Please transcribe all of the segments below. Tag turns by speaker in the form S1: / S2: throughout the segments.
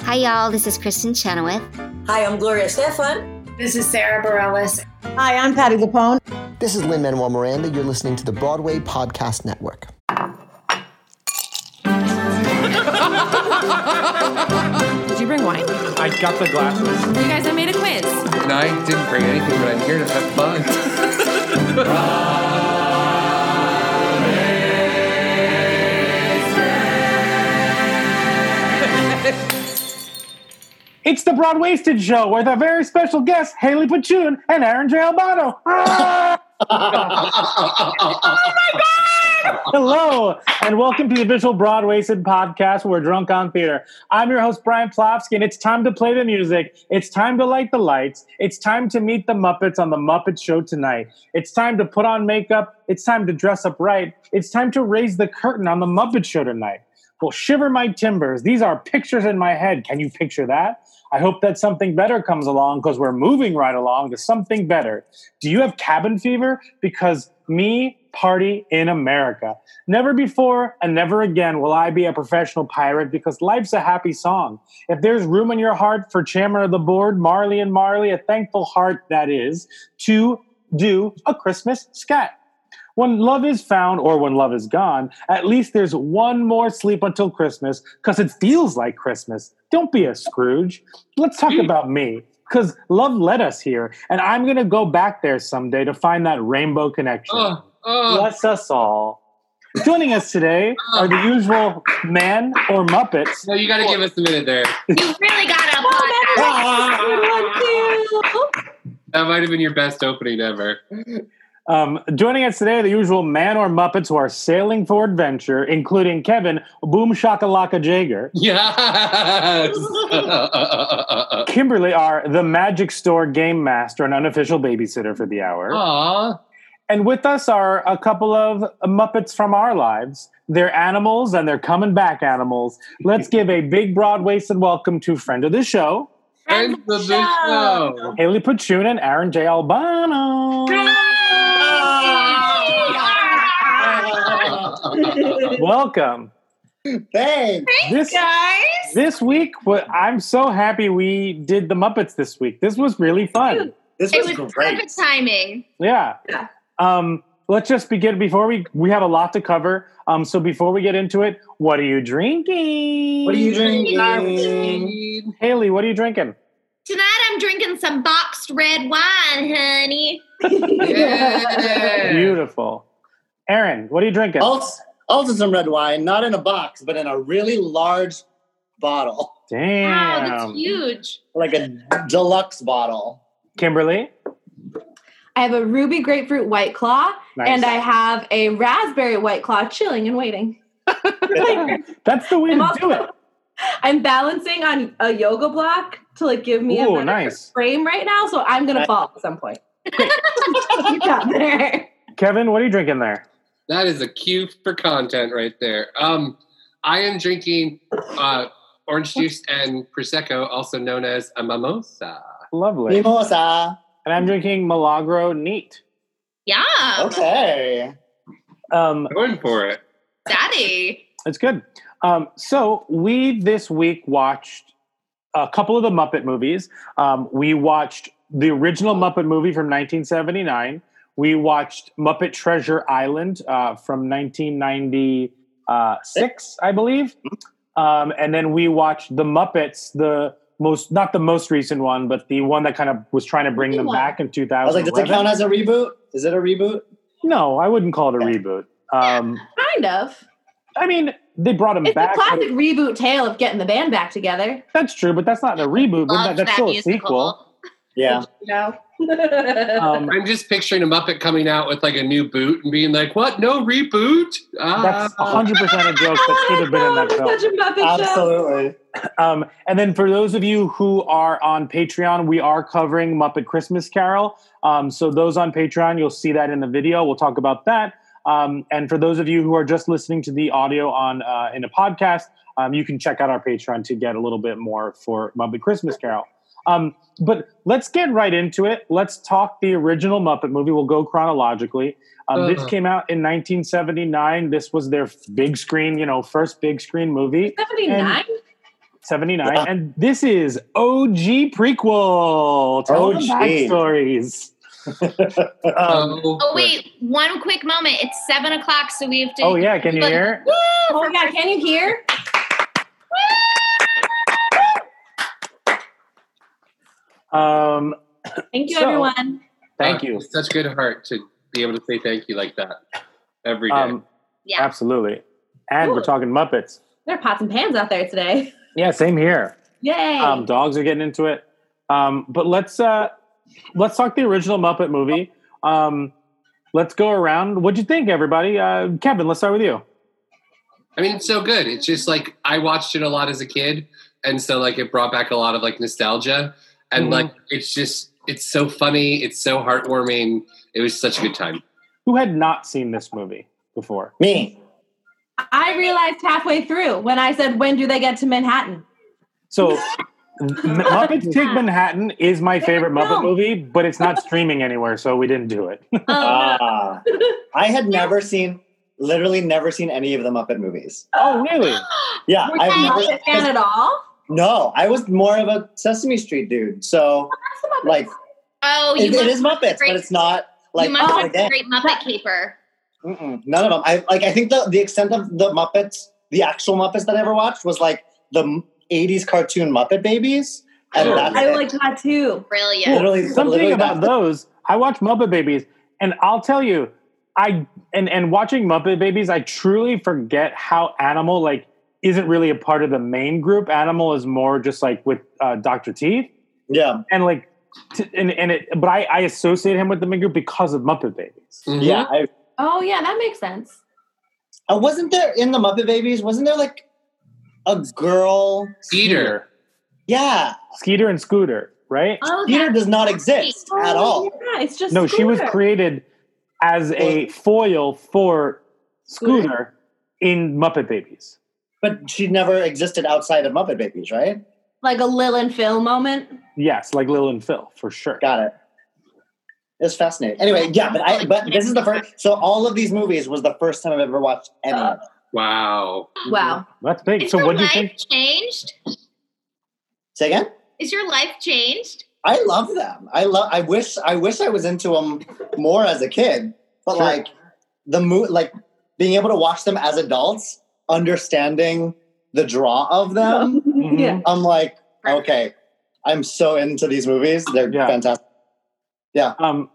S1: Hi, y'all. This is Kristen Chenoweth.
S2: Hi, I'm Gloria Stefan.
S3: This is Sarah Bareilles.
S4: Hi, I'm Patty Lapone.
S5: This is Lynn Manuel Miranda. You're listening to the Broadway Podcast Network.
S6: Did you bring wine?
S7: I got the glasses.
S6: You guys, I made a quiz.
S8: And I didn't bring anything, but I'm here to have fun.
S7: It's the Broad Wasted Show with our very special guests, Haley Pachoon and Aaron J. Albano. Ah! Hello, and welcome to the Visual Broad Wasted podcast where we're drunk on theater. I'm your host, Brian Plofsky, and it's time to play the music. It's time to light the lights. It's time to meet the Muppets on The Muppet Show tonight. It's time to put on makeup. It's time to dress up right. It's time to raise the curtain on The Muppet Show tonight. Well, shiver my timbers. These are pictures in my head. Can you picture that? I hope that something better comes along because we're moving right along to something better. Do you have cabin fever? Because me, party in America. Never before and never again will I be a professional pirate because life's a happy song. If there's room in your heart for Chamber of the Board, Marley and Marley, a thankful heart that is, to do a Christmas scat. When love is found or when love is gone, at least there's one more sleep until Christmas because it feels like Christmas. Don't be a Scrooge. Let's talk about me because love led us here, and I'm going to go back there someday to find that rainbow connection.
S8: Oh, oh.
S7: Bless us all. Joining us today are the usual man or Muppets.
S8: No, you got to give us a minute there.
S3: You really got up on that.
S8: That might have been your best opening ever.
S7: Um, joining us today, are the usual man or Muppets who are sailing for adventure, including Kevin Boom Shakalaka Jager.
S8: Yes.
S7: Kimberly are the Magic Store Game Master and unofficial babysitter for the hour.
S8: Aw.
S7: And with us are a couple of Muppets from our lives. They're animals and they're coming back animals. Let's give a big, broad waisted welcome to friend of the show,
S8: Friends of the show.
S7: Haley Pachoon and Aaron J. Albano. welcome.
S2: Thanks.
S7: This,
S3: Guys,
S7: this week, wa- I'm so happy we did the Muppets this week. This was really fun.
S9: This
S3: it
S9: was,
S3: was
S9: great.
S3: perfect timing.
S7: Yeah.
S3: Yeah.
S7: Um, let's just begin before we we have a lot to cover. Um, so before we get into it, what are you drinking?
S9: What are you drinking?
S8: Green.
S7: Haley? What are you drinking?
S3: Tonight I'm drinking some boxed red wine, honey.
S8: Yeah.
S7: Beautiful. Aaron, what are you drinking?
S9: Also, also some red wine, not in a box, but in a really large bottle,
S3: Wow,
S7: Damn.
S3: that's huge.
S9: like a deluxe bottle.
S7: Kimberly.
S10: I have a ruby grapefruit white claw,
S7: Nice.
S10: and I have a raspberry white claw chilling and waiting.
S7: That's the way
S10: I'm
S7: to
S10: also-
S7: do it.
S10: I'm balancing on a yoga block to like give me
S7: Ooh,
S10: a better
S7: nice.
S10: frame right now, so I'm gonna
S9: Nice.
S10: fall at some point. you got there.
S7: Kevin, what are you drinking there?
S8: That is a cue for content right there. Um, I am drinking uh, orange juice and prosecco, also known as a mimosa.
S7: Lovely.
S9: Mimosa.
S7: And I'm drinking Milagro Neat.
S3: Yeah,
S9: Okay.
S7: Um,
S8: Going for it.
S3: daddy.
S7: That's good. Um, so we this week watched a couple of the Muppet movies. Um, we watched the original Muppet movie from 1979. We watched Muppet Treasure Island uh, from 1996, I believe. Um, and then we watched The Muppets, the most not the most recent one, but the one that kind of was trying to bring them back in
S9: I was like, does it
S7: 2011.
S9: count as a reboot? Is it a reboot?
S7: no, I wouldn't call it a reboot. Um,
S10: Kind of.
S7: I mean, they brought them
S10: It's
S7: back.
S10: a
S7: but-
S10: classic reboot tale of getting the band back together.
S7: That's true, but that's not a reboot. but that,
S3: Love
S7: that's still a
S3: musical.
S7: sequel.
S9: Yeah.
S10: You know.
S7: Um,
S8: I'm just picturing a Muppet coming out with like a new boot and being like, "What? No reboot?" Ah.
S7: that's 100 percent a joke Uh, that should have been in that film.
S10: Such a Muppet show.
S9: Absolutely.
S7: Um, and then for those of you who are on Patreon, we are covering Muppet Christmas Carol. Um, so those on Patreon, you'll see that in the video. We'll talk about that. Um, and for those of you who are just listening to the audio on uh, in a podcast, um, you can check out our Patreon to get a little bit more for Muppet Christmas Carol. Um, but let's get right into it. Let's talk the original Muppet movie. We'll go chronologically. Um, This
S8: Uh-huh.
S7: came out in 1979. This was their big screen, you know, first big screen movie.
S10: Seventy nine.
S7: 79. And this is OG prequel. Tell them
S9: OG.
S7: backstories. um,
S8: oh,
S3: Oh wait, one quick moment. It's seven o'clock, so we have to.
S7: oh, yeah. Can you hear?
S3: Woo!
S10: Oh my god, can you hear?
S7: Um,
S10: Thank you,
S7: So-
S10: everyone.
S7: thank
S8: uh,
S7: you.
S8: Such good heart to be able to say thank you like that every day.
S7: Um,
S3: Yeah.
S7: absolutely. And we're
S10: Cool.
S7: talking Muppets.
S10: There are pots and pans out there today.
S7: Yeah, same here.
S10: Yay!
S7: Um, dogs are getting into it. Um, but let's uh, let's talk the original Muppet movie. Um, let's go around. What'd you think, everybody? Uh, Kevin, let's start with you.
S8: I mean, it's so good. It's just like I watched it a lot as a kid, and so like it brought back a lot of like nostalgia, and
S7: Mhm.
S9: Mm-hmm.
S8: like it's just it's so funny, it's so heartwarming. It was such a good time.
S7: Who had not seen this movie before?
S9: Me.
S10: I realized halfway through when I said, "When do they get to Manhattan?"
S7: So, M- Muppets Take Manhattan is my favorite Muppet
S10: film.
S7: movie, but it's not streaming anywhere, so we didn't do it.
S10: Oh, no.
S9: Ah. I had never seen, literally never seen any of the Muppet movies.
S7: oh, really?
S9: Yeah,
S10: Were you
S9: I've
S10: not
S9: never.
S10: a fan at all?
S9: No, I was more of a Sesame Street dude. So, like,
S3: Oh, you
S9: it, it
S3: must,
S9: is Muppets,
S3: great-
S9: but it's not like
S3: you must
S9: oh,
S3: have a
S9: again,
S3: great Muppet Caper.
S9: mm-mm, none of them. I like. I think the the extent of the Muppets, the actual Muppets that I ever watched, was like the m- '80s cartoon Muppet Babies, and
S8: Sure.
S9: that's
S10: I
S9: it.
S10: like that too.
S3: Brilliant.
S9: literally
S7: Something
S9: literally
S7: about
S9: that's-
S7: those. I watch Muppet Babies, and I'll tell you, I and and watching Muppet Babies, I truly forget how Animal like isn't really a part of the main group. Animal is more just like with uh, Doctor Teeth,
S9: Yeah,
S7: and like, t- and and it. But I, I associate him with the main group because of Muppet Babies.
S8: Mhm.
S9: yeah. I,
S10: Oh yeah, that makes sense.
S9: I wasn't there in the Muppet Babies. Wasn't there like a girl?
S8: Peter.
S9: Yeah,
S7: Skeeter and Scooter, right?
S10: Oh,
S9: Peter does not exist
S10: that's-
S9: at
S10: oh,
S9: all.
S10: Yeah, it's just
S7: no, she was
S10: Scooter.
S7: created as a foil for
S10: Scooter.
S7: Scooter in Muppet Babies.
S9: But she never existed outside of Muppet Babies, right?
S10: like a Lil and Phil moment.
S7: Yes, like Lil and Phil for sure.
S9: Got it. It's fascinating. Anyway, yeah, but I but this is the first. So all of these movies was the first time I've ever watched any
S10: Uh,
S9: of them.
S8: Wow.
S10: Wow.
S7: That's big.
S3: Is
S7: so
S3: your
S7: what do you
S3: life
S7: think?
S3: changed?
S9: Say again.
S3: Is your life changed?
S9: I love them. I love. I wish. I wish I was into them more as a kid. But
S7: Sure.
S9: like the mo- like being able to watch them as adults, understanding the draw of them.
S7: Mm-hmm.
S10: yeah.
S9: I'm like, okay, I'm so into these movies. They're
S7: Yeah.
S9: fantastic.
S7: Um,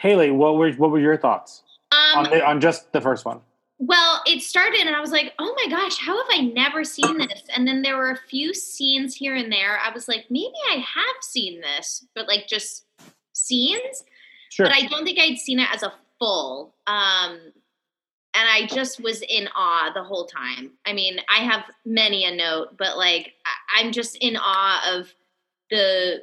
S7: Haley, what were what were your thoughts
S3: Um,
S7: on the, on just the first one?
S3: Well, it started, and I was like, oh my gosh, how have I never seen this? And then there were a few scenes here and there. I was like, maybe I have seen this, but like just scenes.
S7: Sure.
S3: But I don't think I'd seen it as a full. Um, and I just was in awe the whole time. I mean, I have many a note, but like, I- I'm just in awe of the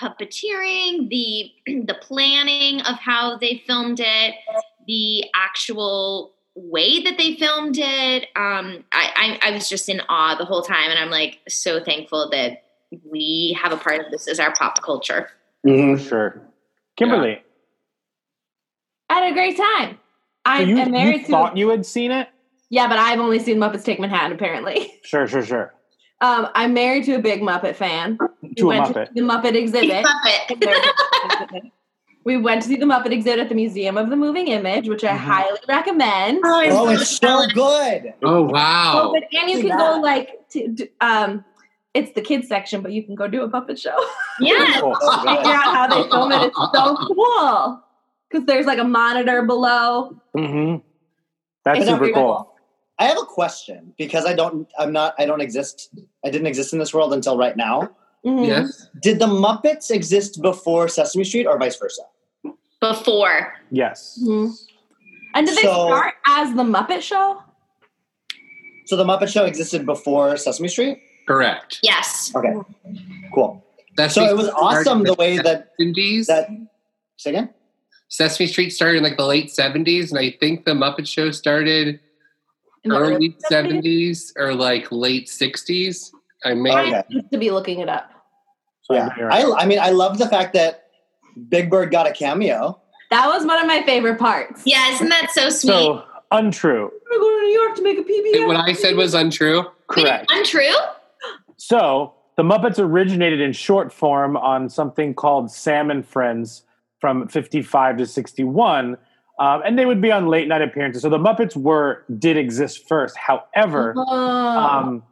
S3: puppeteering, the the planning of how they filmed it, the actual way that they filmed it. Um, I, I I was just in awe the whole time, and I'm like so thankful that we have a part of this as our pop culture.
S7: For sure. Kimberly,
S10: I had a great time. I
S7: so you,
S10: am married
S7: you
S10: to.
S7: thought you had seen it?
S10: yeah, but I've only seen Muppets Take Manhattan. Apparently,
S7: Sure, sure, sure.
S10: um, I'm married to a big Muppet fan. We
S7: To a
S10: went
S7: Muppet.
S10: the Muppet exhibit.
S3: Puppet.
S10: we went to see the Muppet exhibit at the Museum of the Moving Image, which I
S7: Mhm.
S10: highly recommend.
S9: Oh, it's so good.
S8: Oh wow.
S10: Oh, but- and you
S9: See
S10: can
S9: that.
S10: go like to d- um, it's the kids section, but you can go do a puppet show.
S3: yeah.
S7: Cool.
S9: So good.
S10: Figure out how they film it. It's so cool because there's like a monitor below.
S7: hmm That's
S10: It's
S7: super
S10: very
S7: cool.
S9: I have a question because I don't. I'm not. I don't exist. I didn't exist in this world until right now.
S8: Mm-hmm.
S10: Mhm.
S8: yes.
S9: Did the Muppets exist before Sesame Street or vice versa?
S3: Before
S7: Yes.
S10: Mhm. And did they
S9: So-
S10: start as the Muppet Show?
S9: So the Muppet Show existed before Sesame Street.
S8: Correct.
S3: yes,
S9: Okay, cool.
S8: That's
S9: So it was awesome the way that
S8: seventies.
S9: that. Say again.
S8: Sesame Street started in like the late seventies, and I think the Muppet Show started
S10: In the
S8: early
S10: 70s?
S8: seventies or like late sixties. I may
S9: Oh, Okay.
S10: Used to be looking it up.
S9: Yeah.
S7: You're
S9: I,
S7: right.
S9: I mean, I love the fact that Big Bird got a cameo.
S10: That was one of my favorite parts.
S3: yeah. Isn't that so sweet?
S7: so untrue.
S10: I'm gonna go to New York to make a PBS.
S8: what I said was untrue.
S3: Wait,
S7: Correct.
S3: untrue.
S7: So the Muppets originated in short form on something called Sam and Friends from 55 to 61. Um, and they would be on late night appearances. So the Muppets were did exist first.
S8: uh,
S7: However,
S10: Oh.
S7: um,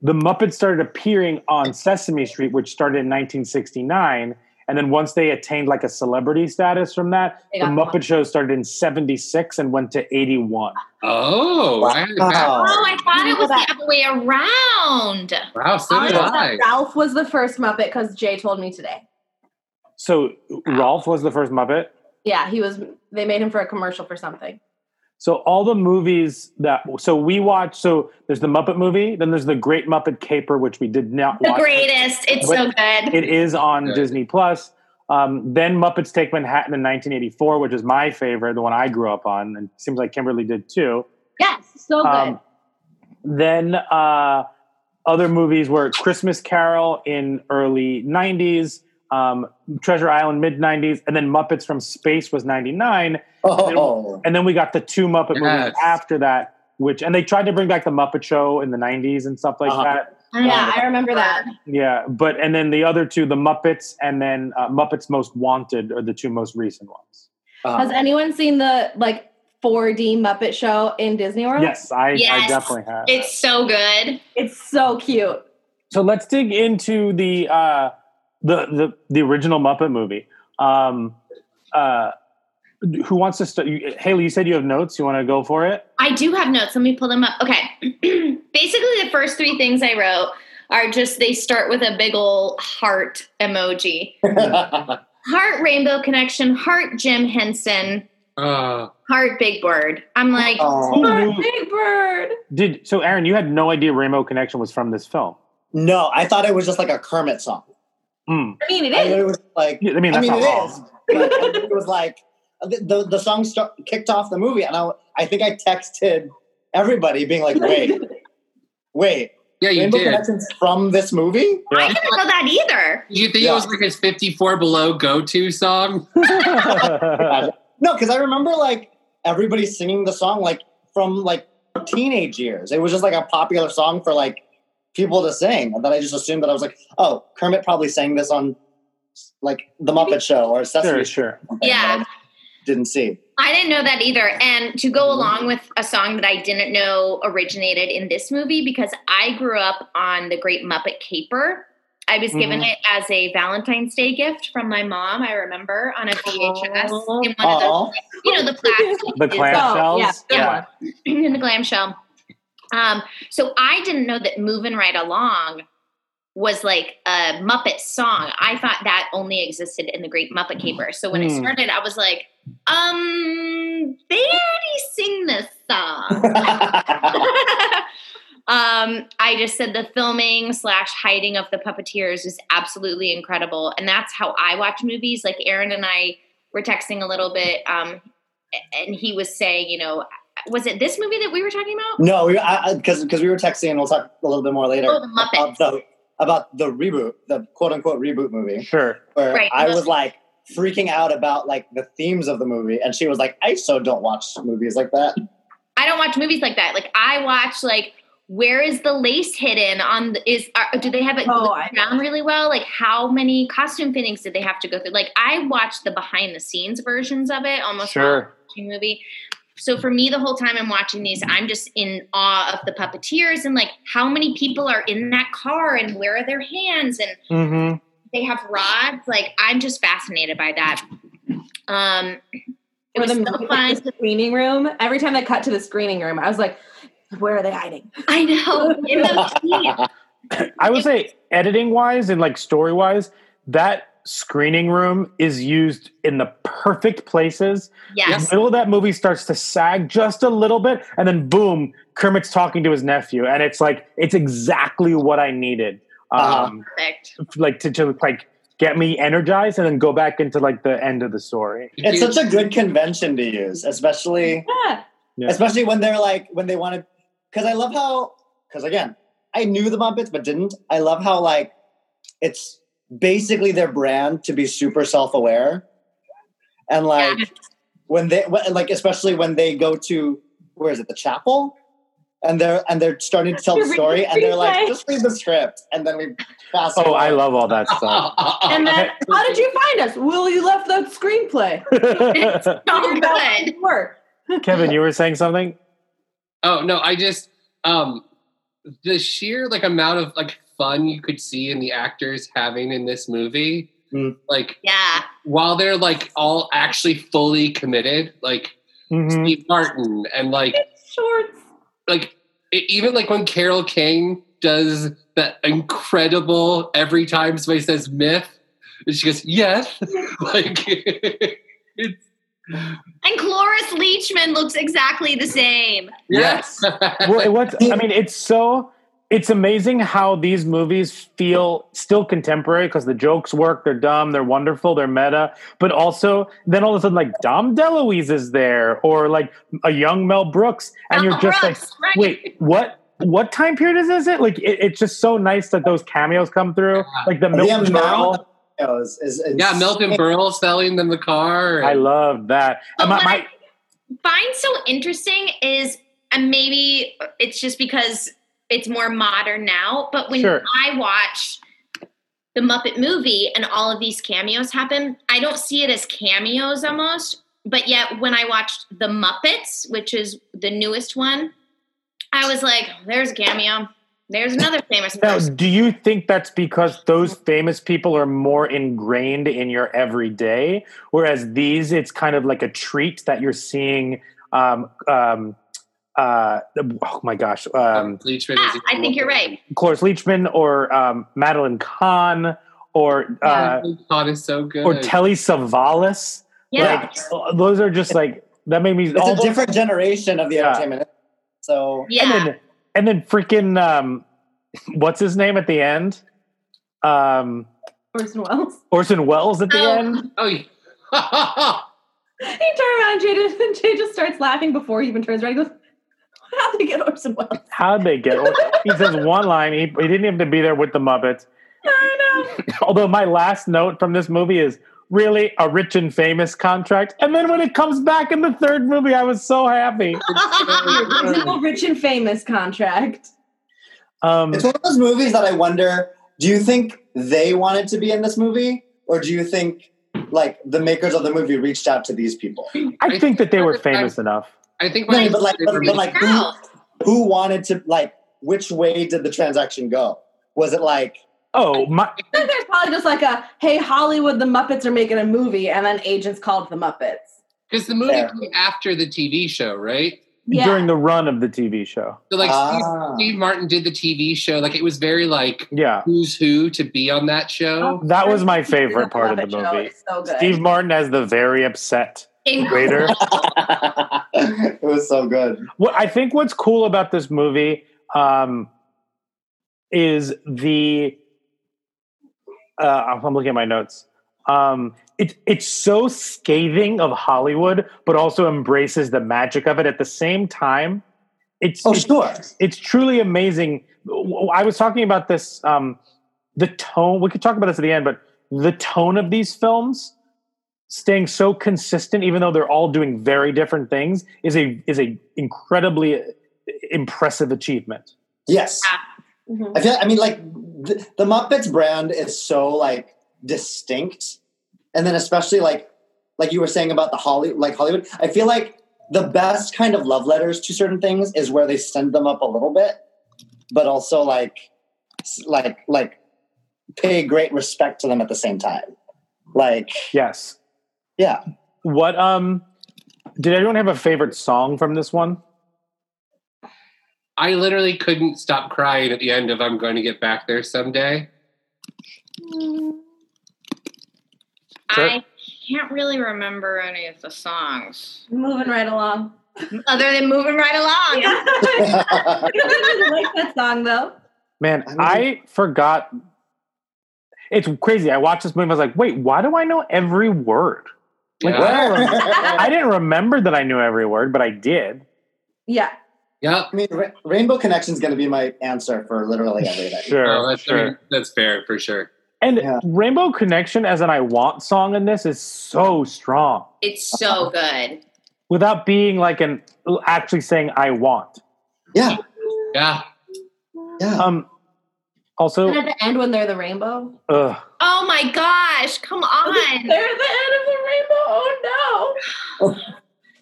S7: the Muppets started appearing on Sesame Street, which started in 1969. And then once they attained like a celebrity status from that,
S10: They
S7: the
S10: got the
S7: Muppet Show started in 76 and went to 81.
S8: Oh, I had it
S9: Wow.
S8: back.
S3: Oh, I thought it was the other way around.
S8: Wow, so
S10: I
S8: did
S10: know that
S8: I.
S10: Ralph was the first Muppet because Jay told me today.
S7: So Rolf was the first Muppet.
S10: Yeah, he was. They made him for a commercial for something.
S7: So all the movies that so we watch so there's the Muppet movie, then there's the Great Muppet Caper, which we did not
S3: The
S7: watch.
S3: greatest. It's so good.
S7: It is on
S8: Okay.
S7: Disney Plus. Um, then Muppets Take Manhattan in 1984, which is my favorite, the one I grew up on, and seems like Kimberly did too.
S10: Yes, so
S7: Um, then uh, other movies were Christmas Carol in early 90s, um, Treasure Island mid 90s, and then Muppets from Space was 99.
S9: Oh,
S7: And then we got the two Muppet movies
S8: Yes.
S7: after that, which, and they tried to bring back the Muppet Show in the 90s and stuff like
S9: Uh-huh.
S7: that.
S10: good. Yeah, I remember that.
S7: Yeah, but and then the other two, the Muppets, and then uh, Muppets Most Wanted, are the two most recent ones.
S10: Has
S9: Uh-huh.
S10: anyone seen the like 4D Muppet show in Disney World?
S7: Yes, I, I
S3: Yes.
S7: definitely have.
S3: It's so good.
S10: It's so cute.
S7: so let's dig into the uh, the the the original Muppet movie. Um, uh, who wants to start? you- Haley, you said you have notes. You want to go for it?
S3: I do have notes. Let me pull them up. Okay. Basically, the first three things I wrote are just they start with a big ol' heart emoji. Heart Rainbow Connection, heart Jim Henson,
S8: Uh,
S3: heart Big Bird. I'm like,
S7: Who
S10: Oh,
S7: knew-
S10: Big Bird.
S7: did so? Aaron, you had no idea Rainbow Connection was from this film.
S9: no, I thought it was just like a Kermit song.
S7: Hmm.
S10: I mean, it
S9: I thought
S10: is.
S9: it was like
S7: Yeah, I mean,
S9: I
S7: that's
S9: mean, it
S7: not
S9: is.
S7: wrong.
S9: But I think it was like the the, the song start, kicked off the movie, and I I think I texted everybody being like, "Wait, wait,
S8: yeah, you
S9: Rainbow
S8: did.
S9: Connections from this movie?"
S3: I didn't know that either.
S8: You think it was
S9: Yeah.
S8: like his 54 below go-to song?
S9: No, because I remember like everybody singing the song like from like teenage years. It was just like a popular song for like people to sing, and then I just assumed that I was like, "Oh, Kermit probably sang this on." Like the Muppet Show or
S7: sure,
S9: Sesame Street.
S7: sure.
S9: that
S3: Yeah.
S9: I didn't see.
S3: I didn't know that either. And to go along with a song that I didn't know originated in this movie, because I grew up on The Great Muppet Caper. I was given
S7: Mhm.
S3: it as a Valentine's Day gift from my mom, I remember, on a VHS in one of those,
S9: Oh,
S3: you know, the plastic.
S7: The clamshells.
S10: yeah, good one.
S3: in the glam shell. Um, so I didn't know that "Moving Right Along" was like a Muppet song. I thought that only existed in the Great Muppet Caper. So when it
S7: Hmm.
S3: started, I was like, "Um, they already sing this song." um, I just said the filming slash hiding of the puppeteers is absolutely incredible, and that's how I watch movies. Like Aaron and I were texting a little bit, um, a- and he was saying, you know, was it this movie that we were talking about?
S9: no, because because we were texting, and we'll talk a little bit more later
S3: Oh, the Muppets.
S9: about the about the reboot, the quote unquote reboot movie,
S7: Sure.
S9: where
S3: Right.
S9: I was like freaking out about like the themes of the movie, and she was like, "I so don't watch movies like that."
S3: I don't watch movies like that. Like I watch like where is the lace hidden on the, is are, do they have it
S10: Oh,
S3: glued
S10: I
S3: down really well? Like how many costume fittings did they have to go through? Like I watched the behind the scenes versions of it almost while
S7: Sure.
S3: watching the movie. So for me, the whole time I'm watching these, I'm just in awe of the puppeteers and like how many people are in that car and where are their hands and
S7: Mm-hmm.
S3: they have rods. Like I'm just fascinated by that. Um, it
S10: Or
S3: was
S10: the
S3: so
S10: movie,
S3: fun.
S10: like, the screening room. Every time they cut to the screening room, I was like, "Where are they hiding?"
S3: I know in the scene,
S7: I would say editing wise and like story wise, that screening room is used in the perfect places.
S3: yes.
S7: The middle of that movie starts to sag just a little bit, and then boom, Kermit's talking to his nephew, and it's like it's exactly what I needed.
S10: Uh-huh.
S9: Uh-huh.
S7: Um,
S3: Perfect.
S7: like to, to like get me energized and then go back into like the end of the story.
S9: It's such a good convention to use, especially
S10: Yeah,
S7: Yeah.
S9: especially when they're like when they want to. Because I love how because again I knew the Muppets but didn't. I love how like it's basically their brand to be super self aware, and like when they when, like especially when they go to where is it the chapel and they're and they're starting to tell the
S10: Read the
S9: story, and they're like,
S10: screenplay.
S9: just read the script, and then we fast.
S7: Oh,
S9: forward.
S7: I love all that stuff.
S8: Oh,
S10: And then, how did you find us? Well, you left that screenplay.
S3: So
S10: That was
S3: Oh, good.
S10: good work.
S7: Kevin, you were saying something?
S8: Oh no, I just um the sheer like amount of like fun you could see in the actors having in this movie.
S9: Mm.
S8: Like
S3: Yeah.
S8: while they're like all actually fully committed, like
S7: Mhm.
S8: Steve Martin and like
S10: Shorts.
S8: like e- even like when Carol King does that incredible every time somebody says myth, and she goes yes, like it's
S3: And Cloris Leachman looks exactly the same.
S8: yes.
S7: well, it- what's I mean, it's so it's amazing how these movies feel still contemporary because the jokes work, they're dumb, they're wonderful, they're meta, but also then all of a sudden like Dom DeLuise is there or like a young Mel Brooks, and you're just like,
S3: Brooks, right?
S7: wait, what? What time period is this? It like it, it's just so nice that those cameos come through, like the
S9: the
S7: Milton
S9: amount
S7: Berle.
S9: of videos is, is
S8: yeah, Milton Berle selling them the car.
S7: I love that.
S3: But
S7: And my-
S3: what
S7: my-
S3: I find so interesting is, and maybe it's just because it's more modern now, but when
S7: Sure.
S3: I watch the Muppet movie and all of these cameos happen, I don't see it as cameos almost. But yet, when I watched The Muppets, which is the newest one, I was like, there's a cameo. There's another famous
S7: Now,
S3: person.
S7: do you think that's because those famous people are more ingrained in your everyday, whereas these, it's kind of like a treat that you're seeing? Um, um, uh, oh my gosh, um,
S8: Leachman
S3: Yeah,
S8: is
S3: Ah, I think you're right.
S7: Cloris Leachman or um, Madeline Kahn or uh,
S8: Todd is so good.
S7: or Telly Savalas.
S3: Yeah.
S7: Like, uh, those are just like that made me.
S9: It's
S7: all
S9: a
S7: those-
S9: different generation of the
S7: Yeah.
S9: entertainment. So
S3: yeah.
S7: And then, and then freaking um, what's his name at the end? Um,
S10: Orson Welles.
S7: Orson Welles at the
S3: Oh.
S7: end.
S8: oh, yeah.
S10: He turned around and Jay just, and Jay just starts laughing before he even turns around. He goes, How'd they get Orson Welles?
S7: How'd they get? He says one line. He, he didn't even have to be there with the Muppets.
S10: I know.
S7: Although my last note from this movie is really a rich and famous contract. And then when it comes back in the third movie, I was so happy.
S3: Uh-uh.
S10: Little rich and famous contract.
S7: Um,
S9: it's one of those movies that I wonder: Do you think they wanted to be in this movie, or do you think like the makers of the movie reached out to these people?
S7: I think that they were famous enough.
S8: I think
S9: No,
S8: when
S9: but like- but like-
S3: No.
S9: Who wanted to like? Which way did the transaction go? Was it like
S7: Oh my!
S10: I think there's probably just like a, hey, Hollywood, the Muppets are making a movie, and then agents called the Muppets.
S8: because the movie
S9: Fair.
S8: came after the TV show, right?
S10: Yeah.
S7: During the run of the TV show,
S8: So like Steve,
S9: ah,
S8: Steve Martin did the TV show, like it was very like
S7: yeah,
S8: who's who to be on that show.
S7: that was my favorite
S10: The
S7: part of the
S10: Muppet Show
S7: movie.
S10: is So good.
S7: Steve Martin as the very upset waiter.
S9: it was so good.
S7: What I think what's cool about this movie um, is the uh, I'm looking at my notes. Um, it, it's so scathing of Hollywood, but also embraces the magic of it at the same time. It's
S9: Oh
S7: it's,
S9: sure,
S7: it's truly amazing. W- I was talking about this. Um, the tone we could talk about this at the end, but the tone of these films staying so consistent even though they're all doing very different things is a is a incredibly uh, impressive achievement
S9: yes.
S10: Mhm.
S9: I feel. I mean, like the, the Muppets brand is so like distinct, and then especially like like you were saying about the Holly like Hollywood. I feel like the best kind of love letters to certain things is where they send them up a little bit, but also like s- like like pay great respect to them at the same time. Like
S7: yes
S9: yeah,
S7: what um did everyone have a favorite song from this one
S8: I literally couldn't stop crying at the end of I'm going to get back there someday.
S3: I can't really remember any of the songs
S10: Moving right along.
S3: other than moving right along.
S10: I like that song though.
S7: man
S9: I mean-
S7: i forgot it's crazy i watched this movie and i was like wait why do i know every word like
S8: yeah.
S7: I, don't remember- I didn't remember that i knew every word but i did
S10: Yeah.
S8: Yep.
S9: I mean, Ra- Rainbow Connection is going to be my answer for literally everything.
S7: sure
S8: Oh, that's, I
S7: sure
S8: mean, that's fair for sure.
S7: and
S9: Yeah.
S7: rainbow connection as an i want song in this is so strong
S3: It's so good.
S7: without being like an actually saying I want.
S9: yeah,
S8: Yeah.
S9: Yeah.
S7: Um.
S10: And
S7: Also,
S10: at the end, when they're the rainbow,
S7: ugh,
S3: Oh my gosh, come on.
S10: they're at the end of the rainbow. Oh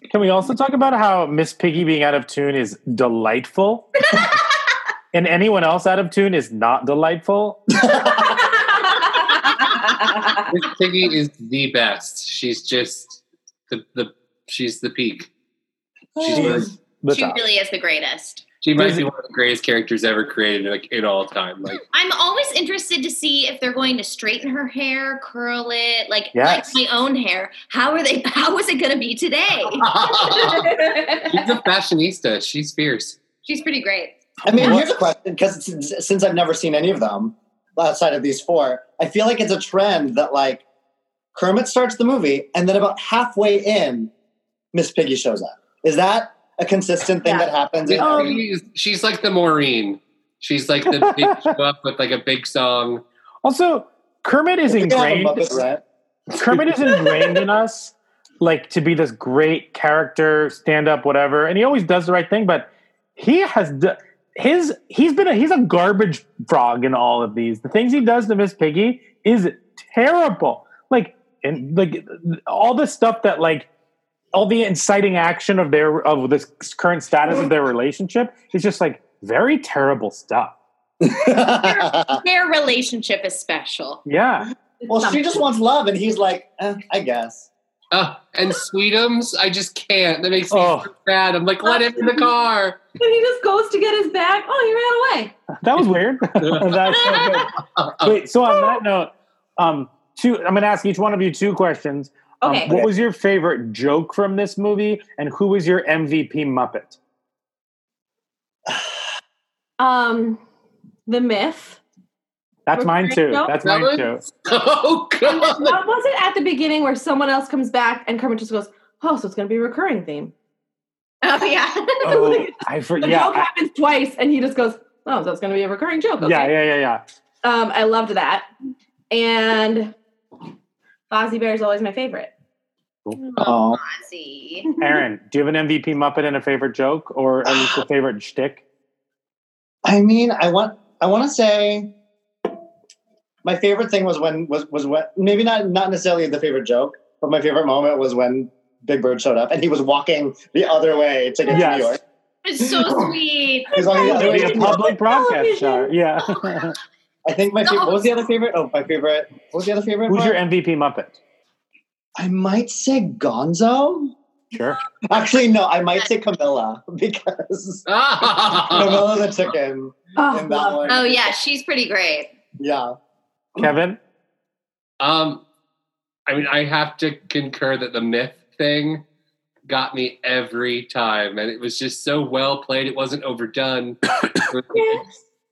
S7: can we also talk about how Miss Piggy being out of tune is delightful, and anyone else out of tune is not delightful?
S10: no!
S8: Miss Piggy is the best. She's just the, the she's the peak. She's really,
S7: The
S3: she
S7: top.
S3: really is the greatest.
S8: she might be one of the greatest characters ever created, like in all time. Like
S3: I'm always interested to see if they're going to straighten her hair, curl it, like like
S7: Yes.
S3: my own hair. How are they how is it gonna be today?
S8: she's a fashionista. She's fierce.
S3: She's pretty great.
S9: I mean,
S7: What-
S9: here's a question because since, since I've never seen any of them outside of these four, I feel like it's a trend that like Kermit starts the movie and then about halfway in, Miss Piggy shows up. Is that a consistent thing
S10: Yeah.
S9: that happens? in
S8: Miss
S9: every-
S8: Piggy is- she's like the Maureen. She's like the big show up with like a big song.
S7: Also, Kermit is
S9: We could have a
S7: ingrained.
S9: Muppet Rant.
S7: Kermit is ingrained in us, like to be this great character, stand up, whatever, and he always does the right thing. But he has d- his he's been a, he's a garbage frog in all of these. The things he does to Miss Piggy is terrible. Like and like all the stuff that like all the inciting action of their of this current status of their relationship is just like very terrible stuff.
S3: Their relationship is special.
S7: Yeah,
S9: well, she just wants love, and he's like, eh, I guess.
S8: Uh, and Sweetums, I just can't. That makes me
S7: Oh.
S8: so sad. I'm like, let him in the car.
S10: And he just goes to get his bag. Oh, he ran away.
S7: that was weird. That's so good. Wait, so on that note, um, two, I'm going to ask each one of you two questions. Um,
S10: Okay.
S7: What was your favorite joke from this movie, and who was your MVP Muppet?
S10: Um, the myth.
S7: That's mine too.
S10: Nope.
S7: That's
S8: That
S7: mine
S8: was
S7: too.
S8: so
S10: And then,
S8: good.
S10: what was it at the beginning where someone else comes back and Kermit just goes, "Oh, so it's going to be a recurring theme."
S3: Oh yeah.
S7: Oh, I
S10: The
S7: forgot. Yeah,
S10: joke happens twice, and he just goes, "Oh, so it's going to be a recurring joke."
S7: I-
S10: Okay.
S7: yeah, yeah, yeah, yeah.
S10: Um, I loved that, and Fozzie Bear is always my favorite.
S9: Oh.
S3: Ozzy.
S7: Aaron, do you have an MVP Muppet and a favorite joke, or at least a favorite shtick?
S9: I mean, I want I want to say my favorite thing was when was was when maybe not not necessarily the favorite joke, but my favorite moment was when Big Bird showed up and he was walking the other way to get
S7: Yes.
S9: to New York.
S3: It's so sweet.
S9: He was walking the other way
S7: Be
S9: to
S7: a
S9: New York.
S7: public broadcast star. Yeah.
S9: I think my favorite. What was the other favorite? Oh, my favorite. What was the other favorite?
S7: Who's
S9: part?
S7: your MVP Muppet?
S9: I might say Gonzo.
S7: Sure.
S9: Actually, no. I might say Camilla because
S8: Uh-uh.
S9: Camilla the chicken
S10: Oh,
S9: in that
S10: love-
S9: one.
S3: Oh yeah, she's pretty great.
S9: Yeah.
S7: Kevin?
S8: um, I mean, I have to concur that the myth thing got me every time, and it was just so well played. It wasn't overdone. It was like a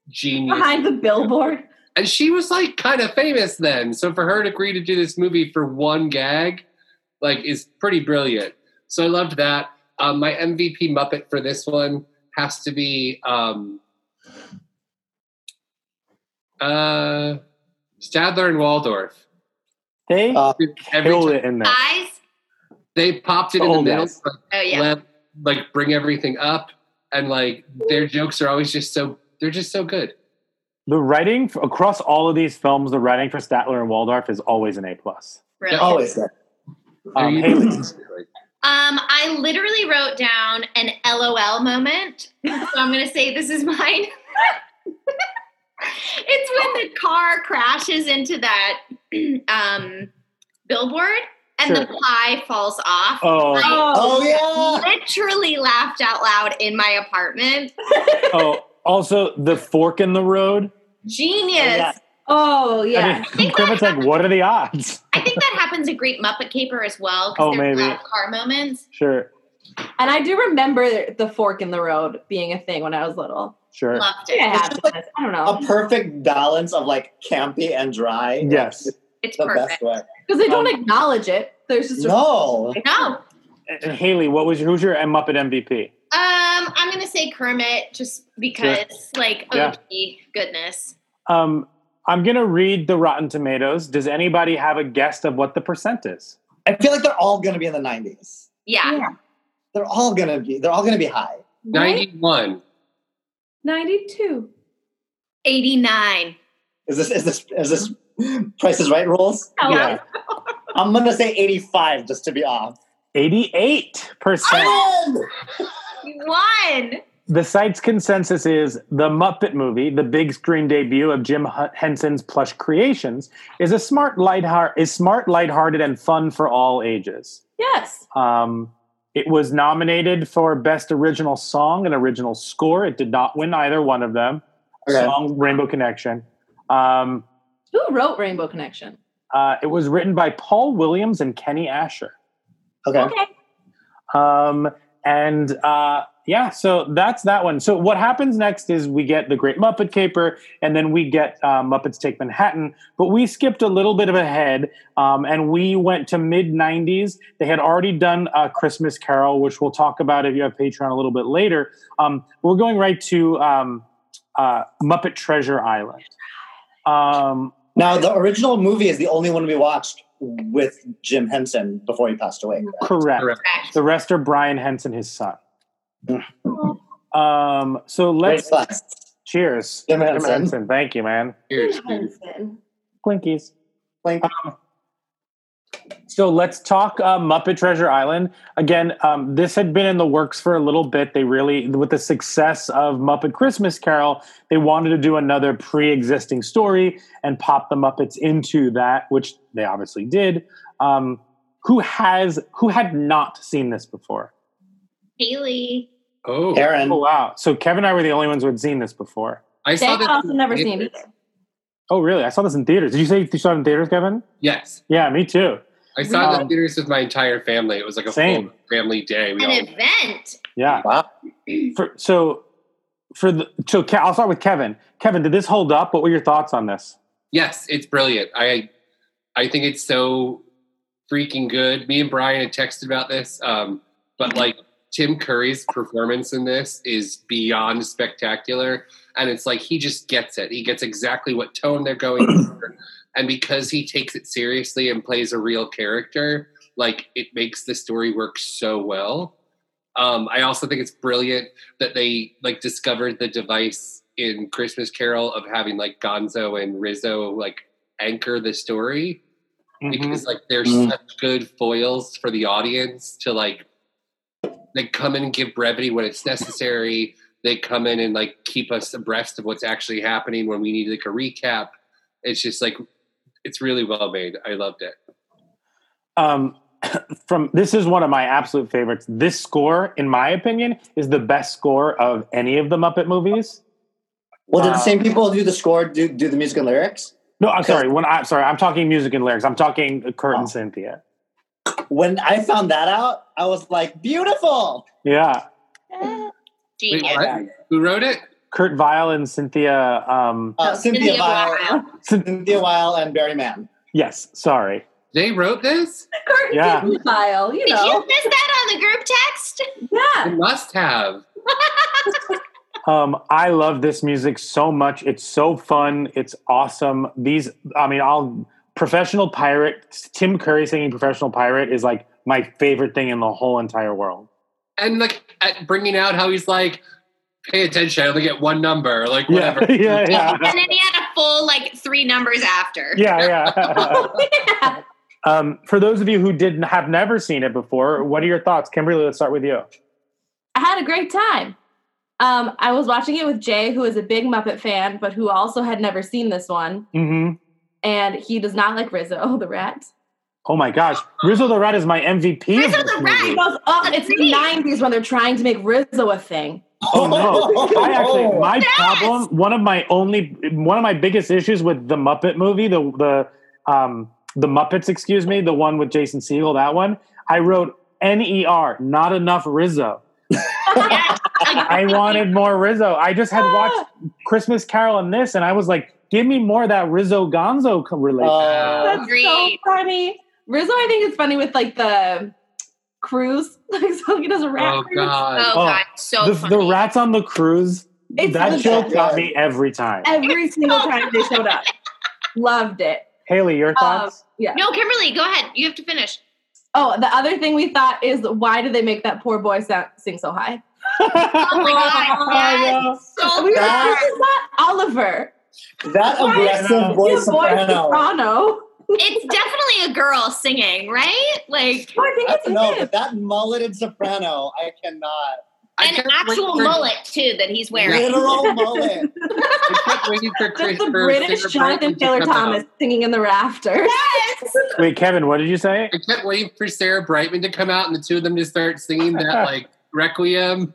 S8: Genius.
S10: behind the billboard.
S8: And she was like kind of famous then. So for her to agree to do this movie for one gag, like, is pretty brilliant. So I loved that. Um, my MVP Muppet for this one has to be um, uh, Stadler and Waldorf.
S7: They
S9: Uh,
S8: Every
S7: killed
S8: time
S7: it in there.
S3: Eyes?
S8: they popped it in
S7: Oh,
S8: the middle,
S7: yes.
S8: like,
S3: Oh yeah.
S8: let- like bring everything up, and like their jokes are always just so they're just so good.
S7: The writing f- across all of these films, the writing for Statler and Waldorf is always an A plus.
S3: Brilliant.
S9: Always good.
S7: Um,
S8: They're
S7: Haley.
S8: usually-
S3: Um, I literally wrote down an LOL moment. So I'm going to say this is mine. it's when the car crashes into that um, billboard and the
S7: Sure.
S3: pie falls off.
S7: Oh,
S9: Oh yeah.
S3: Literally laughed out loud in my apartment.
S7: oh, also the fork in the road.
S3: Genius.
S9: Yeah.
S10: Oh yeah.
S7: I mean, Kermit's like, what are the odds?
S3: I think that happens in Great Muppet Caper as well. 'cause
S7: Oh,
S3: there's
S7: maybe.
S3: loud car moments.
S7: Sure,
S10: and I do remember the fork in the road being a thing when I was little.
S7: sure.
S3: Loved it.
S10: Yeah,
S9: It's just like
S10: I don't know
S9: A perfect balance of like campy and dry.
S7: Yes.
S3: It's
S9: the
S3: perfect.
S9: best way.
S10: because they don't
S7: Um,
S10: acknowledge it. There's just a-
S9: No.
S3: No,
S7: And- And Haley, what was your, who's your Muppet MVP?
S3: Um, I'm gonna say Kermit just because, like,
S7: Yeah.
S3: OG goodness.
S7: Um, I'm gonna read the Rotten Tomatoes. Does anybody have a guess of what the percent is?
S9: I feel like they're all going to be in the 90s.
S3: Yeah,
S9: They're all going to be. They're all going to be high.
S10: Right?
S8: Ninety-one.
S10: 92.
S3: 89.
S9: Is this is this is this Price is Right rules?
S3: Oh,
S7: Yeah.
S9: I'm gonna say 85 just to be off.
S10: Oh,
S7: 88%.
S3: You won.
S7: The site's consensus is The Muppet Movie, the big screen debut of Jim H- Henson's plush creations, is a smart, lightheart is smart, lighthearted, and fun for all ages.
S10: Yes.
S7: Um, it was nominated for Best Original Song and Original Score. It did not win either one of them.
S9: Okay.
S7: Song Rainbow Connection. Um,
S10: Who wrote Rainbow Connection?
S7: uh, it was written by Paul Williams and Kenny Asher.
S9: Okay.
S7: Um, and uh, yeah, so that's that one. So what happens next is we get the Great Muppet Caper, and then we get uh, Muppets Take Manhattan. But we skipped a little bit of ahead, um, and we went to mid '90s. They had already done a Christmas Carol, which we'll talk about if you have Patreon a little bit later. Um, we're going right to um, uh, Muppet Treasure Island. Um,
S9: Now the original movie is the only one we watched with Jim Henson before he passed away.
S7: correct.
S8: Correct.
S3: Correct.
S7: The rest are Brian Henson, his son. Um, so
S9: Great
S7: let's
S9: class.
S7: cheers.
S9: Jim
S7: Jim
S9: Henson.
S7: Henson, thank you, man.
S8: Here's dude.
S7: Clinkies.
S9: Clink.
S7: Um, so let's talk uh, Muppet Treasure Island again. Um, this had been in the works for a little bit. They really, with the success of Muppet Christmas Carol, they wanted to do another pre-existing story and pop the Muppets into that, which they obviously did. Um, who has who had not seen this before?
S3: Haley.
S8: Oh,
S7: Oh
S9: Aaron.
S7: wow! So Kevin and I were the only ones who had seen this before.
S8: I saw Uh,
S10: They've
S8: this.
S10: also
S8: in
S10: never seen it
S8: theaters.
S10: either.
S7: Oh really? I saw this in theaters. Did you say you saw it in theaters, Kevin?
S8: Yes,
S7: Yeah, me too.
S8: I saw it
S7: Um,
S8: in theaters with my entire family. It was like a
S7: Same.
S8: full family day. We
S3: An
S8: all
S3: event.
S7: Yeah.
S9: Wow.
S7: For, so, for the so Ke- I'll start with Kevin. Kevin, did this hold up? What were your thoughts on this?
S8: Yes, it's brilliant. I I think it's so freaking good. Me and Brian had texted about this, um, but like Tim Curry's performance in this is beyond spectacular, and it's like he just gets it. He gets exactly what tone they're going for, and because he takes it seriously and plays a real character, like it makes the story work so well. Um, I also think it's brilliant that they like discovered the device in Christmas Carol of having like Gonzo and Rizzo like anchor the story because like they're
S9: Mhm.
S8: such good foils for the audience to like they come in and give brevity when it's necessary. They come in and like keep us abreast of what's actually happening when we need like a recap. It's just like it's really well made. I loved it.
S7: Um, from this is one of my absolute favorites. This score, in my opinion, is the best score of any of the Muppet movies.
S9: Well, did the
S7: Wow.
S9: same people do the score, do do the music and lyrics?
S7: No, I'm sorry. When I'm sorry, I'm talking music and lyrics. I'm talking Kurt and Cynthia.
S9: When I found that out, I was like, beautiful.
S7: Yeah,
S8: Wait,
S3: Genius.
S8: what? Who wrote it?
S7: Kurt Vile and Cynthia. Um,
S10: Oh,
S9: Uh, Cynthia Weil,
S3: Weil.
S7: Cyn-
S9: Cynthia Weil, and Barry Mann.
S7: yes, sorry.
S8: They wrote this?
S10: Curtain
S7: Yeah.
S10: yeah. file, you
S3: Did
S10: know.
S3: you miss that on the group text?
S8: They
S10: Yeah.
S8: must have.
S7: Um, I love this music so much. It's so fun. It's awesome. These, I mean, I'll professional pirate. Tim Curry singing professional pirate is like my favorite thing in the whole entire world.
S8: and like at bringing out how he's like, pay attention, I only get one number, like whatever.
S7: Yeah, yeah, yeah,
S3: And then he had a full like three numbers after.
S7: yeah, yeah.
S10: yeah.
S7: um, for those of you who didn't have never seen it before, what are your thoughts, Kimberly? Let's start with you.
S10: I had a great time. Um, I was watching it with Jay, who is a big Muppet fan, but who also had never seen this one.
S7: Mm-hmm.
S10: And he does not like Rizzo the rat.
S7: Oh my gosh, Rizzo the Rat is my MVP. of
S3: Rizzo
S7: this
S3: the
S7: movie.
S10: It goes up. It's the
S3: Agreed.
S10: 90s when they're trying to make Rizzo a thing.
S7: Oh no! I actually,
S9: Oh.
S7: my
S3: Oh. Yes!
S7: problem, one of my only, one of my biggest issues with the Muppet movie, the the um the Muppets, excuse me, the one with Jason Segel, that one, I wrote N E R, not enough Rizzo.
S3: Yes.
S7: I wanted more Rizzo. I just
S3: Ah.
S7: had watched Christmas Carol and this, and I was like, give me more of that Rizzo Gonzo co- relation.
S3: Oh,
S8: Oh,
S9: Uh,
S10: That's so
S3: Agreed.
S10: funny. Rizzo, I think, is funny with like the cruise. Like, so he does a rat
S8: Oh
S10: cruise.
S3: oh,
S8: god.
S3: god, so
S7: the,
S3: funny.
S7: the rats on the cruise.
S10: It's
S7: that
S10: the
S7: joke
S9: best.
S7: got me every time.
S10: Every single
S3: so
S10: time they showed up. Loved it.
S7: Haley, your
S10: Um,
S3: Oh.
S7: thoughts?
S10: yeah.
S3: No, Kimberly, go ahead. You have to finish.
S10: Oh, the other thing we thought is why did they make that poor boy sound, sing so high?
S3: Oh my god, that's so
S10: We were like,
S3: bad.
S10: this is not Oliver.
S9: That
S10: Why is Your
S9: aggressive voice
S10: boy
S9: soprano.
S10: Soprano.
S3: It's definitely a girl singing, right? Like
S10: Oh, I think
S9: That's-
S10: it's
S9: No,
S10: him.
S9: but that mulleted soprano, I cannot.
S8: I
S3: an
S8: kept
S3: actual
S8: waiting for-
S3: mullet too that he's wearing.
S9: Literal mullet.
S8: I kept waiting for Chris-
S10: That's the
S8: for
S10: British
S8: Sarah
S10: Jonathan
S8: Brightman to
S10: Taylor
S8: come out.
S10: Thomas singing in the rafters.
S7: Wait, Kevin, what did you say?
S8: I kept waiting for Sarah Brightman to come out and the two of them to start singing that like requiem.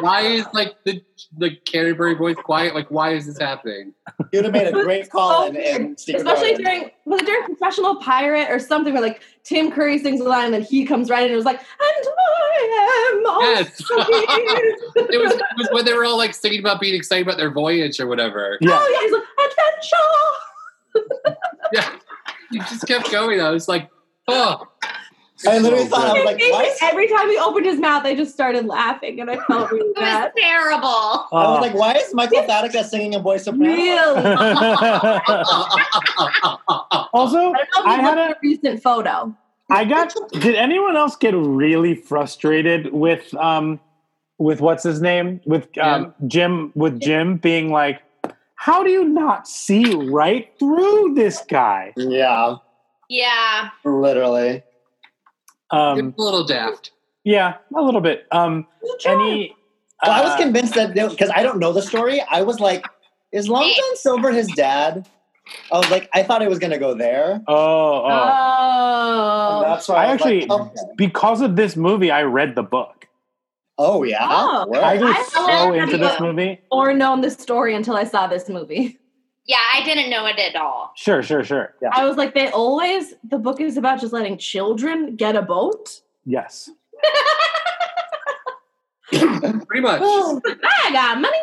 S8: why is like the the Canterbury Boys quiet? Like why is this happening?
S9: You'd have made a great call
S10: Oh,
S9: in, in Secret
S10: Especially
S9: Garden.
S10: during was it during Professional Pirate or something where like Tim Curry sings a line and then he comes right in and was like, and I am
S8: Yes.
S10: also here."
S8: It was, it was when they were all like singing about being excited about their voyage or whatever.
S7: Yeah.
S10: Oh yeah, he's like, adventure.
S8: Yeah, you just kept going. I was like, oh,
S9: I literally thought I was like,
S10: It- it-
S9: what?
S10: Every time he opened his mouth, I just started laughing and I felt really
S3: It was
S10: bad.
S3: terrible.
S9: I
S7: Uh,
S9: was like, why is Michael Fatica singing a voice soprano?
S10: Really. I don't
S7: also,
S10: know
S7: I
S10: if you
S7: had
S10: looked
S7: a
S10: at a recent photo.
S7: I got. Did anyone else get really frustrated with um with what's his name with um, Jim with Jim being like, how do you not see right through this guy?
S9: Yeah,
S3: Yeah.
S9: literally.
S8: It's
S7: Um,
S8: a little daft.
S7: yeah, a little bit. Um, any.
S9: Well, I was
S7: uh,
S9: convinced that because I don't know the story, I was like, "Is Long John Silver his dad?" I was like, I thought it was gonna go there.
S7: oh, oh.
S9: uh,
S10: Oh.
S9: And that's why
S7: I
S9: was like,
S7: actually-
S9: okay.
S7: because of this movie, I read the book.
S9: oh yeah,
S10: Oh.
S9: Word.
S7: I was
S10: I
S7: so
S10: love
S7: into
S10: the
S7: this
S10: book.
S7: movie.
S10: or known this story until I saw this movie.
S3: Yeah, I didn't know it at all.
S7: Sure, sure, sure.
S10: I was like, they always the book is about just letting children get a boat.
S7: Yes.
S8: Pretty much.
S10: Oh, I got money.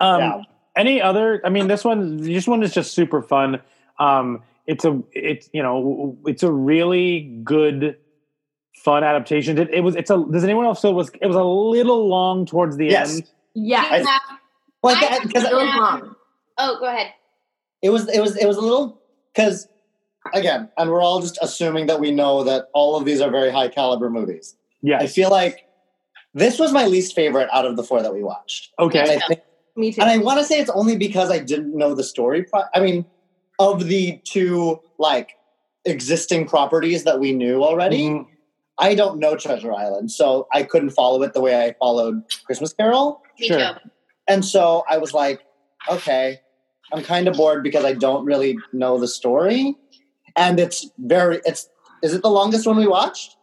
S7: Um,
S9: Yeah.
S7: Any other? I mean, this one, this one is just super fun. Um, it's a, it's you know, it's a really good, fun adaptation. It, it was. It's a. Does anyone else feel it was? It was a little long towards the
S9: Yes.
S7: end.
S10: Yeah.
S3: Yeah.
S9: Well,
S3: I-
S9: because
S10: It was long.
S3: Oh, go ahead.
S9: it was it was it was a little because again, and we're all just assuming that we know that all of these are very high caliber movies. I
S7: Yes.
S9: feel like this was my least favorite out of the four that we watched. And
S7: Okay.
S9: I think
S10: Me too.
S9: And I want to say it's only because I didn't know the story. Pro- I mean, of the two like existing properties that we knew already,
S7: Mhm.
S9: I don't know Treasure Island, so I couldn't follow it the way I followed Christmas Carol.
S3: Me
S7: Sure.
S3: too.
S9: And so I was like, okay, I'm kind of bored because I don't really know the story, and it's very it's is it the longest one we watched?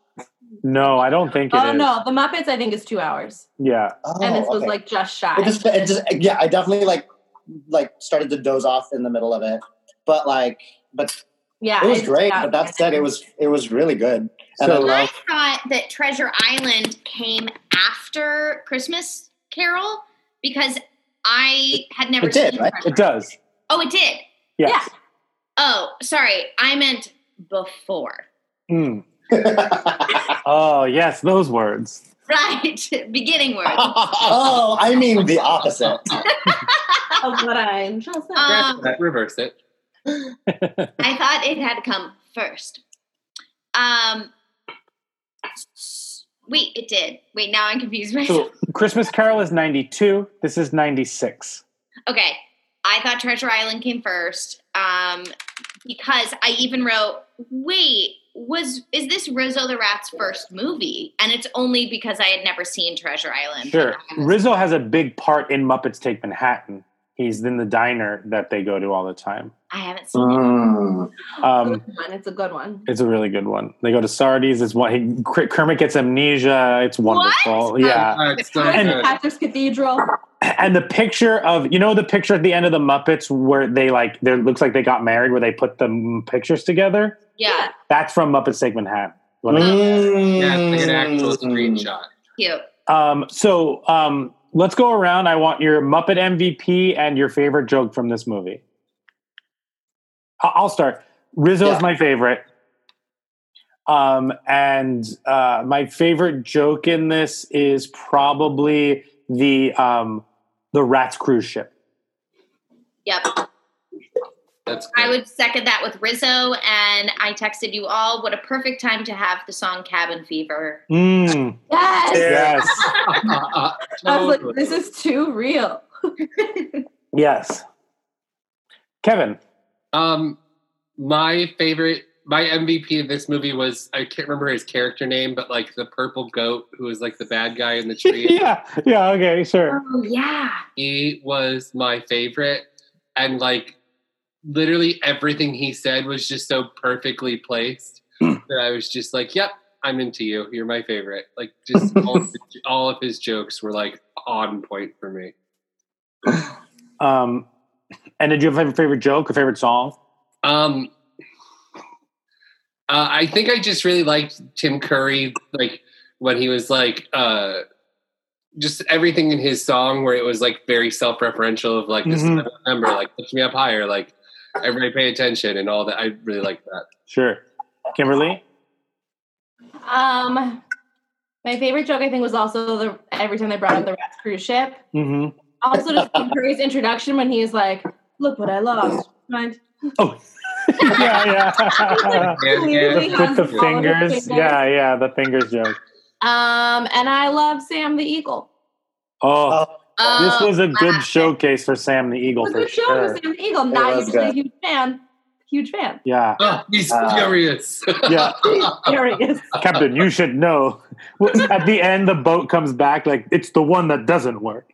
S7: No, I don't think it is.
S10: oh no, the Muppets I think is two hours,
S7: Yeah.
S9: Oh,
S10: and this was
S9: okay.
S10: like just shy.
S9: it just, it just yeah i definitely like like started to doze off in the middle of it but like but
S10: yeah,
S9: it was
S10: it's
S9: great
S10: about-
S9: but that said it was it was really good and i
S7: So-
S9: love
S3: I thought that Treasure Island came after Christmas Carol because I had never
S9: It did,
S3: seen
S9: right?
S3: Treasure
S7: It does.
S3: Oh, it did.
S7: Yes.
S3: Oh, sorry. I meant before.
S7: Mm. Oh yes, those words.
S3: Right. Beginning word.
S9: oh i mean the opposite
S10: of what I'm just saying.
S3: Um,
S8: Reverse it.
S3: I thought it had come first. Um, s- wait, it did. Wait, now I'm confused myself.
S7: So Christmas Carol is ninety two. This is ninety six.
S3: Okay, I thought Treasure Island came first um, because I even wrote, wait, was is this Rizzo the Rat's first movie? And it's only because I had never seen Treasure Island.
S7: Sure. Rizzo has a big part in Muppets Take Manhattan. He's in the diner that they go to all the time.
S3: I haven't seen it.
S9: Mm.
S7: Um,
S10: one. It's a good one.
S7: It's a really good one. They go to Sardi's. It's one. He, Ker- Kermit gets amnesia. It's wonderful. Yeah,
S8: Oh, it's so
S10: Going to
S8: good.
S10: Patrick's Cathedral.
S7: and the picture of you know the picture at the end of the Muppets where they like there looks like they got married where they put the m- pictures together.
S3: Yeah,
S7: That's from Muppet Take Manhattan. When I-
S9: Mm.
S8: Yeah, it's like an actual screenshot.
S3: cute.
S7: Um, so um, let's go around. I want your Muppet MVP and your favorite joke from this movie. I- I'll start. Rizzo's
S9: Yeah.
S7: my favorite. Um, and uh, my favorite joke in this is probably the um, the Rats cruise ship.
S3: Yep.
S8: That's
S3: I would second that with Rizzo, and I texted you all. What a perfect time to have the song "Cabin Fever."
S7: Mm,
S10: Yes.
S7: yes.
S10: I was like, this is too real.
S7: Yes. Kevin.
S8: Um, my favorite, my MVP of this movie was I can't remember his character name, but like the purple goat who was like the bad guy in the tree.
S7: Yeah. Yeah. Okay. Sure.
S3: Oh yeah,
S8: He was my favorite, and like literally everything he said was just so perfectly placed that I was just like, "Yep, I'm into you. You're my favorite." Like, just all, of the- all of his jokes were like on point for me.
S7: Um, and did you have a favorite joke or favorite song?
S8: Um, uh, I think I just really liked Tim Curry, like when he was like, uh, just everything in his song where it was like very self-referential of like this
S7: Mhm.
S8: is my number, like push me up higher, like everybody pay attention and all that. I really like that.
S7: Sure. Kimberly.
S10: Um, my favorite joke I think was also the every time they brought up the Rats cruise ship.
S7: Mm-hmm.
S10: Also, just Tim Curry's introduction when he is like, "Look what I lost." Mind.
S7: yeah. Yeah.
S10: Clearly
S8: Yeah.
S10: has
S7: Uh, With the
S10: all of his
S7: fingers. Yeah. Yeah. The fingers joke.
S10: Um, and I love Sam the Eagle. Um,
S7: Oh, this
S3: Oh,
S7: was a good
S3: wow.
S7: showcase for Sam the Eagle
S10: It was a
S7: for
S10: good show
S7: sure.
S10: for Sam the Eagle.
S9: It
S10: Not
S9: was
S10: usually a
S9: good.
S10: huge fan. Huge fan.
S7: Yeah.
S8: Oh, he's
S9: Uh,
S8: furious.
S7: Yeah.
S10: There he is.
S7: Captain, you should know. Well, At the end, the boat comes back like it's the one that doesn't work.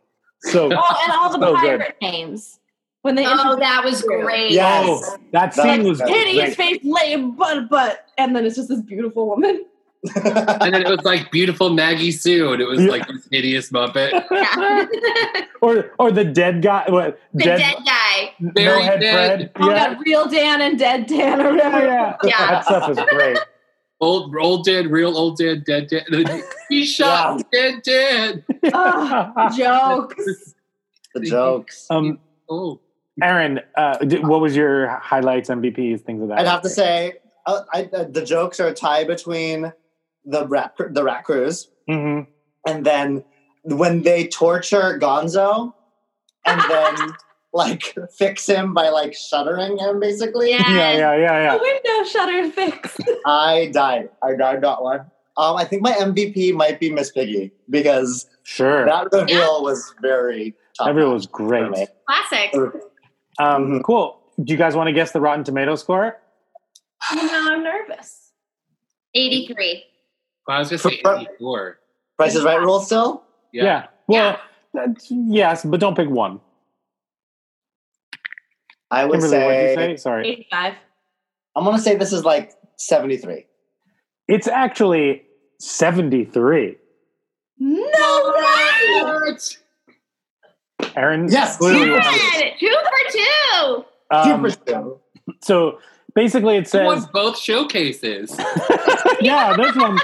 S10: Oh,
S7: So
S10: and all the
S7: So good.
S10: pirate names. When they
S3: oh,
S10: introduced
S3: that was great.
S9: Yes.
S7: Oh, that
S9: That
S7: scene was
S9: was good.
S10: hideous face,
S7: great.
S10: lame butt, butt, and then it's just this beautiful woman.
S8: and then it was like beautiful Maggie Sue, and it was
S7: Yeah.
S8: like this hideous Muppet.
S3: Yeah.
S7: Or or the dead guy. What
S3: the dead, guy.
S7: no
S8: Very
S7: head
S8: dead.
S7: Fred.
S10: Oh
S7: yeah.
S10: my god, real Dan and dead Dan or
S7: yeah,
S10: whatever.
S7: yeah.
S3: Yeah.
S7: That stuff is great.
S8: Old, old dead, real old dead, dead, dead. He shot dead, dead.
S10: Ugh, Oh, jokes.
S9: the jokes.
S7: Um,
S8: Oh,
S7: Aaron, uh, d what was your highlights, MVPs, things of that?
S9: I'd have to say uh, I, uh, the jokes are a tie between the rat, cr- the rat crews
S7: hmm
S9: and then when they torture Gonzo and then like fix him by like shuddering him basically.
S3: Yes.
S7: Yeah, yeah, yeah,
S10: The
S7: yeah.
S10: window shutter fix.
S9: I died. I died that one. Um, I think my MVP might be Miss Piggy because
S7: Sure. That,
S9: that reveal was very top
S7: Everyone was
S9: for me.
S7: great.
S3: Classic.
S9: Mm-hmm.
S7: Um, cool. Do you guys want to guess the Rotten Tomato score?
S10: You know, I'm nervous.
S3: 83.
S8: I was gonna say eighty-four.
S9: Price is right rule still?
S8: Yeah.
S7: Well, that's- yes, but don't pick one.
S9: I would
S7: Kimberly, what did
S9: say,
S7: you say? Sorry.
S10: 85.
S9: I'm gonna say this is like 73.
S7: It's actually 73.
S10: No way!
S8: What?
S7: Aaron?
S9: Yes,
S7: clearly
S9: yes!
S7: was-
S3: Good. Two for two.
S7: Um,
S9: Super still.
S7: so basically it
S8: Who
S7: says
S8: won both showcases?
S7: yeah this one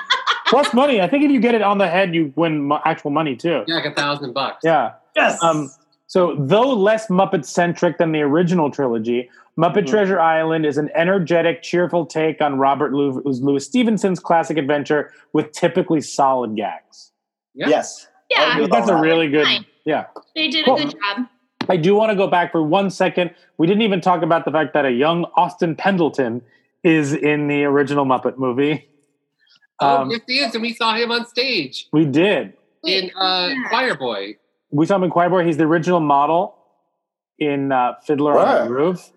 S7: plus money i think if you get it on the head you win mo- actual money too
S8: Yeah, like a thousand bucks.
S7: yeah
S9: Yes.
S7: Um, So, though less Muppet centric than the original trilogy, Muppet
S9: Mhm.
S7: Treasure Island is an energetic, cheerful take on Robert Lew- Louis Stevenson's classic adventure with typically solid gags.
S8: Yeah.
S9: Yes.
S7: I
S3: Yeah.
S7: think that's a really good.
S3: Fine.
S7: Yeah.
S3: They did
S7: Cool.
S3: a good job.
S7: I do want to go back for one second. We didn't even talk about the fact that a young Austin Pendleton is in the original Muppet movie.
S8: Oh,
S7: Um,
S8: yes, he is, and we saw him on stage
S7: We did.
S8: in uh,
S3: Yeah.
S8: Choir Boy.
S7: We saw him in Quiet Boy. He's the original model in uh, Fiddler on
S9: Word.
S7: the Roof.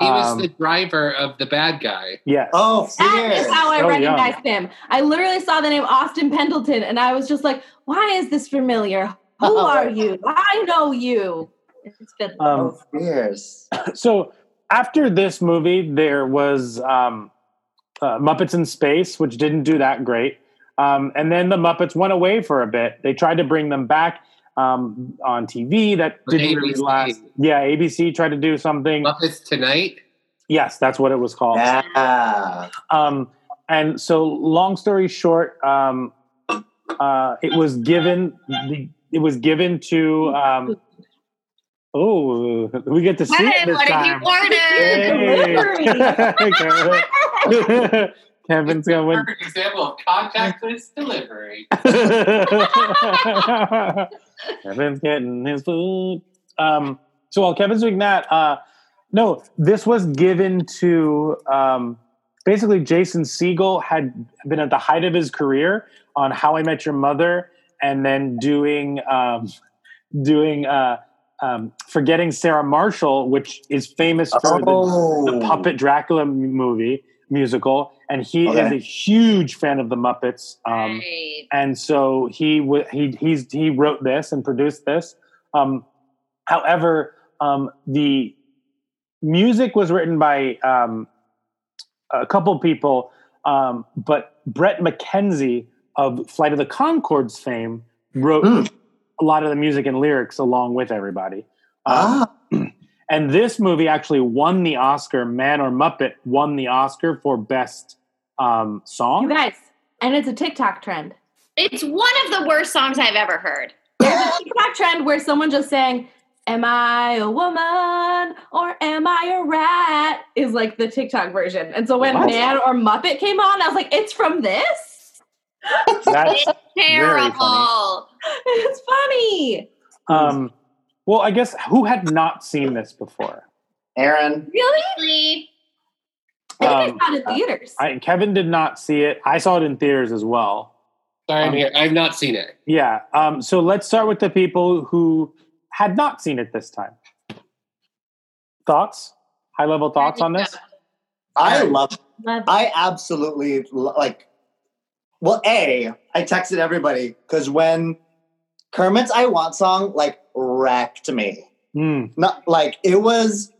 S8: He was
S7: Um,
S8: the driver of the bad guy.
S7: Yes.
S9: Oh,
S10: That is
S9: fear.
S10: how I
S7: So
S10: recognized him. I literally saw the name Austin Pendleton and I was just like, why is this familiar? Who are you? I know you. It's been
S7: Um,
S9: oh, fears.
S7: so after this movie, there was um, uh, Muppets in Space, which didn't do that great. Um, and then the Muppets went away for a bit. They tried to bring them back um, on TV. That
S8: On
S7: didn't really
S8: ABC.
S7: last. Yeah, ABC tried to do something.
S8: Muppets Tonight.
S7: Yes, that's what it was called.
S9: Yeah.
S7: Um, and so, long story short, um, uh, it was given the it was given to. Um, oh, we get to see it
S3: Kevin,
S7: this
S3: what did you
S7: time.
S3: order?
S7: Hey. Kevin. Kevin's gonna win.
S8: Perfect example of contactless delivery.
S7: Kevin's getting his food. Um, so while Kevin's doing that, uh, No, this was given to um, basically Jason Siegel had been at the height of his career on How I Met Your Mother, and then doing um, doing uh, um, forgetting Sarah Marshall, which is famous for
S9: Oh.
S7: the, the Puppet uh, Dracula movie musical, and he
S9: Okay.
S7: is a huge fan of the Muppets. Um,
S3: Right.
S7: and so he w- he he's he wrote this and produced this. Um, however, um, the music was written by um, a couple people, um, but Brett McKenzie of Flight of the Concords fame wrote
S9: Hmm.
S7: a lot of the music and lyrics along with everybody. Um,
S9: Ah,
S7: and this movie actually won the Oscar. Man or Muppet won the Oscar for best um, song.
S10: You guys, and it's a TikTok trend.
S3: It's one of the worst songs I've ever heard.
S10: There's a TikTok trend where someone just saying, Am I a woman or am I a rat? is like the TikTok version. And so when
S7: What?
S10: Man or Muppet came on, I was like, It's from this?
S7: That's Very
S3: Terrible.
S10: It's funny.
S7: um, well, I guess who had not seen this before?
S9: Aaron.
S3: Really?
S10: I
S7: Um,
S10: think it's not in theaters.
S7: I, Kevin did not see it. I saw it in theaters as well.
S8: Sorry, I'm
S7: Um,
S8: here. I've not seen it.
S7: Yeah. Um, so let's start with the people who had not seen it this time. Thoughts? High level thoughts on this?
S9: I love
S10: Love-
S9: I absolutely lo- like. Well, a I texted everybody because when Kermit's "I Want" song like wrecked me.
S7: Mm.
S9: Not like it was.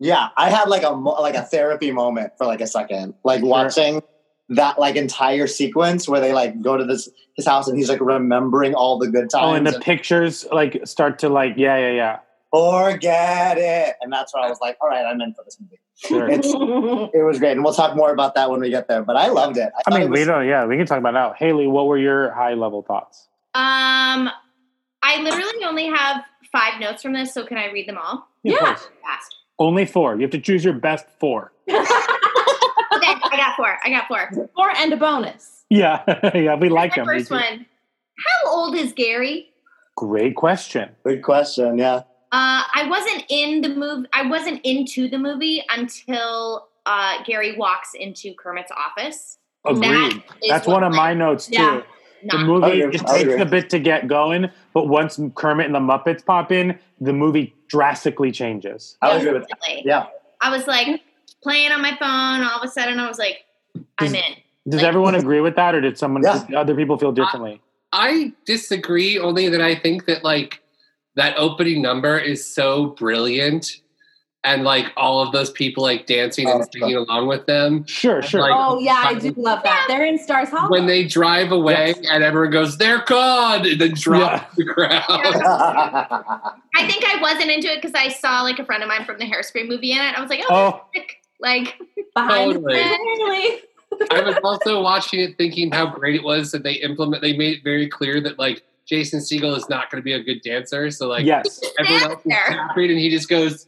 S9: Yeah, I had like a mo- like a therapy moment for like a second, like watching that like entire sequence where they like go to this his house and he's like remembering all the good times.
S7: Oh, and the pictures like start to like, yeah, yeah, yeah.
S9: forget it, and that's where I was like, all right, I'm in for this movie.
S7: Sure.
S9: It's, it was great, and we'll talk more about that when we get there. But I loved it.
S7: I
S9: thought
S7: mean,
S9: it was-
S7: we don't. Yeah, we can talk about it now. Haley, what were your high level thoughts?
S3: Um, I literally only have five notes from this, so can I read them all?
S7: Of
S10: Yeah.
S7: course.
S3: Fast.
S7: Only four. You have to choose your best four.
S3: Okay, I got four. I got four.
S10: Or and a bonus.
S7: Yeah, yeah, we like
S3: The
S7: them.
S3: first one. How old is Gary?
S7: Great question.
S9: Good question. Yeah.
S3: Uh, I wasn't in the movie. I wasn't into the movie until uh, Gary walks into Kermit's office.
S7: Agreed.
S3: is
S7: That's one of
S3: what,
S7: my notes too.
S10: Yeah.
S3: like,
S7: The
S3: not-
S7: movie
S9: I'll agree.
S7: it
S9: I'll
S7: takes
S9: agree.
S7: a bit to get going, but once Kermit and the Muppets pop in, the movie drastically changes.
S9: I would agree with
S3: Definitely.
S9: Yeah.
S3: I was like playing on my phone. All of a sudden, I was like, I'm in.
S7: Does
S3: Like-
S7: everyone agree with that, or did someone,
S9: Yeah.
S7: did other people feel differently?
S8: I disagree only that I think that like that opening number is so brilliant and like all of those people like dancing and
S9: Oh,
S8: singing along with them.
S7: sure, sure.
S8: Like-
S10: Oh, yeah, I do love that. They're in Stars Hollow.
S8: When they drive away and everyone goes, they're gone, and then drop
S7: Yeah.
S8: to the ground.
S9: that.
S3: I think I wasn't into it because I saw like a friend of mine from the Hairspray movie in it. I was like, oh,
S7: oh,
S3: that's sick. like eh."
S10: Behind
S8: Totally.
S10: the
S8: I was also watching it thinking how great it was that they implement they made it very clear that like Jason Siegel is not gonna be a good dancer. So like
S7: yes.
S8: everyone else is
S3: Dancer.
S8: clapping and he just goes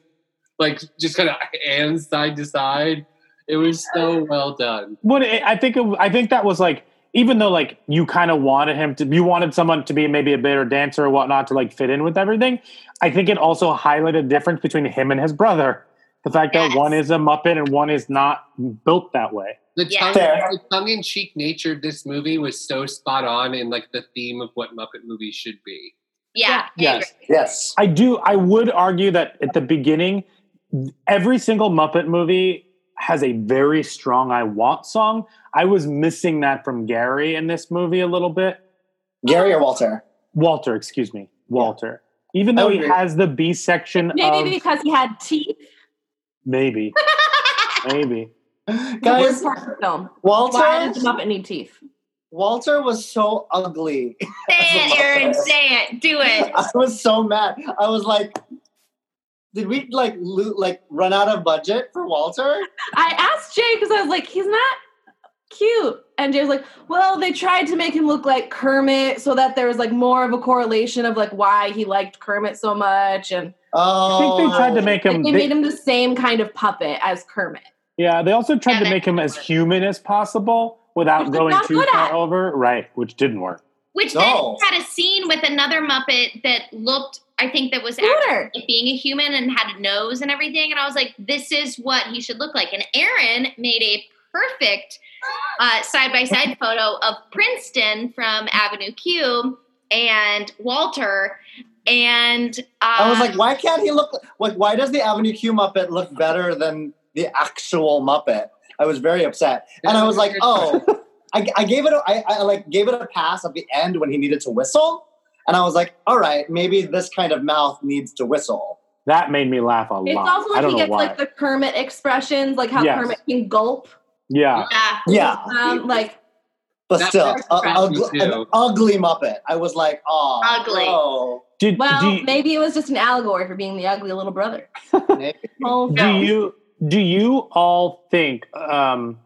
S8: like just kind of hands side to side. It was so well done.
S7: What it, I think, it, I think that was like, even though like you kind of wanted him to, you wanted someone to be maybe a better dancer or whatnot to like fit in with everything. I think it also highlighted the difference between him and his brother. The fact
S3: Yes.
S7: that one is a Muppet and one is not built that way.
S8: The
S3: Yeah.
S8: tongue
S9: Fair.
S8: the tongue in cheek nature of this movie was so spot on in like the theme of what Muppet movies should be.
S3: yeah, I
S7: Yes.
S3: agree.
S9: yes.
S7: I do. I would argue that at the beginning, every single Muppet movie has a very strong "I Want" song. I was missing that from Gary in this movie a little bit.
S9: Gary or Walter?
S7: Walter, excuse me, Walter. Even though he
S9: Okay.
S7: has the B section
S10: Maybe
S7: of
S10: because he had teeth.
S7: maybe, maybe.
S9: Guys,
S10: Worst part of the film. Why
S9: Walter.
S10: does the Muppet need teeth?
S9: Walter was so ugly.
S3: Say it, Aaron. Say it. Do it.
S9: I was so mad. I was like, did we like lo- like run out of budget for Walter?
S10: I asked Jay because I was like, he's not cute. And Jay was like, well, they tried to make him look like Kermit so that there was like more of a correlation of like why he liked Kermit so much. And
S7: I
S9: Oh,
S7: think they tried to make
S10: like,
S7: him.
S10: they
S7: they-
S10: made him the same kind of puppet as Kermit.
S7: yeah, they also tried
S3: Yeah,
S7: to
S3: that
S7: make him
S3: didn't
S7: as
S3: work.
S7: human as possible without
S10: Which they're
S7: going
S10: not
S7: too
S10: good
S7: far
S10: at.
S7: over. Right, which didn't work.
S3: Which
S9: No.
S3: then had a scene with another Muppet that looked I think that was
S10: Scooter.
S3: actually being a human and had a nose and everything. And I was like, this is what he should look like. And Aaron made a perfect side by side photo of Princeton from Avenue Q and Walter. And uh,
S9: I was like, why can't he look like? Why does the Avenue Q Muppet look better than the actual Muppet? I was very upset, and I was like, oh, I, I gave it, a, I, I like gave it a pass at the end when he needed to whistle, and I was like, all right, maybe this kind of mouth needs to whistle.
S7: That made me laugh a
S10: It's
S7: lot.
S10: also
S7: I
S10: like
S7: don't
S10: he
S7: know
S10: gets
S7: why.
S10: like the Kermit expressions, like how
S7: Yes.
S10: Kermit can gulp.
S7: yeah.
S3: yeah.
S9: Yeah,
S10: Um, like
S9: but
S8: That
S9: still,
S8: part's
S9: a-
S8: attractive
S9: ugly- an
S8: too.
S9: ugly Muppet. I was like, oh,
S3: Ugly.
S9: no.
S7: Did, do,
S10: well,
S7: you-
S10: maybe it was just an allegory for being the ugly little brother.
S9: Maybe.
S10: Oh,
S7: do you do you all think? Um,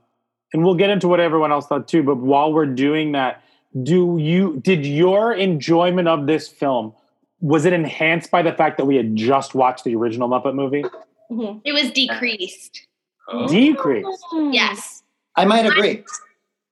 S7: and we'll get into what everyone else thought too. But while we're doing that, do you did your enjoyment of this film was it enhanced by the fact that we had just watched the original Muppet movie?
S10: Mhm.
S3: It was decreased.
S8: Oh.
S7: Decreased.
S3: Yes.
S9: I might agree.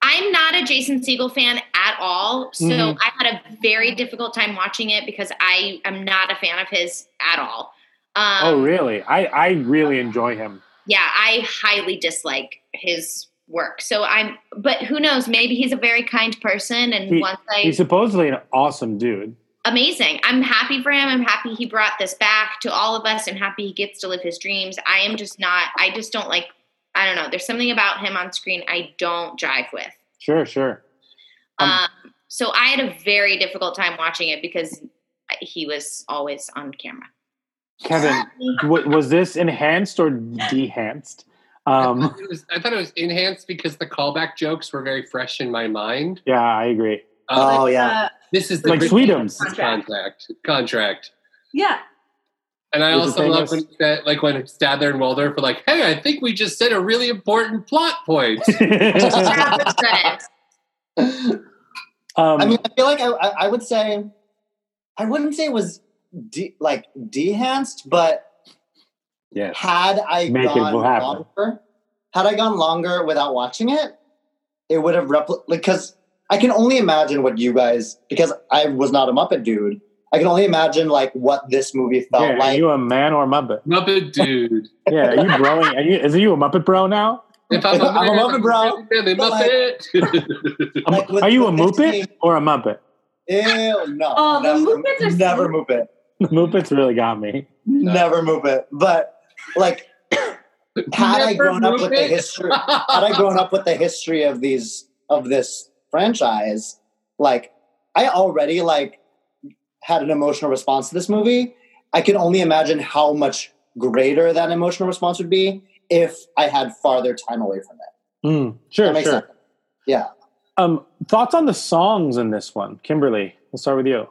S3: I'm not a Jason Siegel fan at all, so
S7: Mhm.
S3: I had a very difficult time watching it because I am not a fan of his at all. Um,
S7: oh really? I I really enjoy him.
S3: Yeah, I highly dislike his work. So I'm, but who knows? Maybe he's a very kind person, and
S7: He-
S3: once I
S7: He's supposedly an awesome dude.
S3: amazing. I'm happy for him. I'm happy he brought this back to all of us. I'm happy he gets to live his dreams. I am just not. I just don't like. I don't know. There's something about him on screen I don't jive with.
S7: Sure, sure. Um,
S3: Um, so I had a very difficult time watching it because he was always on camera.
S7: Kevin, w- was this enhanced or dehanced?
S8: I,
S7: Um,
S8: thought it was, I thought it was enhanced because the callback jokes were very fresh in my mind.
S7: yeah, I agree.
S8: Uh,
S9: oh yeah,
S10: Uh,
S8: this is the
S7: like
S8: Rick
S7: Sweetums.
S8: James contract. Contract.
S10: yeah.
S8: And I
S7: Is it
S8: also love
S7: famous?
S8: when that, like when Stadler and Waldorf were like, "Hey, I think we just said a really important plot point."
S3: That was good.
S7: um,
S9: I mean, I feel like I, I, I would say, I wouldn't say it was de- like dehanced, but
S7: yes.
S9: had I
S7: Make it
S9: gone
S7: happen.
S9: longer, had I gone longer without watching it, it would have repli because I can only imagine what you guys because I was not a Muppet dude. I can only imagine like what this movie felt
S7: Yeah, are
S9: like.
S7: you a man or a Muppet?
S8: Muppet dude.
S7: Yeah, are you broing? Are you, is you a Muppet bro now?
S8: If I'm,
S9: I'm a Muppet, bro.
S8: I'm a
S9: But, like-
S8: Muppet.
S7: Um,
S9: Like, with-
S7: are you a
S9: with
S7: Muppet
S9: this team-
S7: or a Muppet?
S9: Ew, no,
S10: Oh, the
S9: never,
S10: Muppets are so-
S9: never move it,
S7: Muppets really got me.
S9: never move it. But like, had I
S8: Never
S9: grown up
S8: move
S9: with the
S8: it.
S9: history, Um, had I grown up with the history of these of this franchise, like I already like had an emotional response to this movie. I can only imagine how much greater that emotional response would be if I had farther time away from it.
S7: Mm,
S9: That
S7: sure,
S9: makes
S7: sure.
S9: sense. Yeah.
S7: Um, thoughts on the songs in this one, Kimberly? We'll start with you.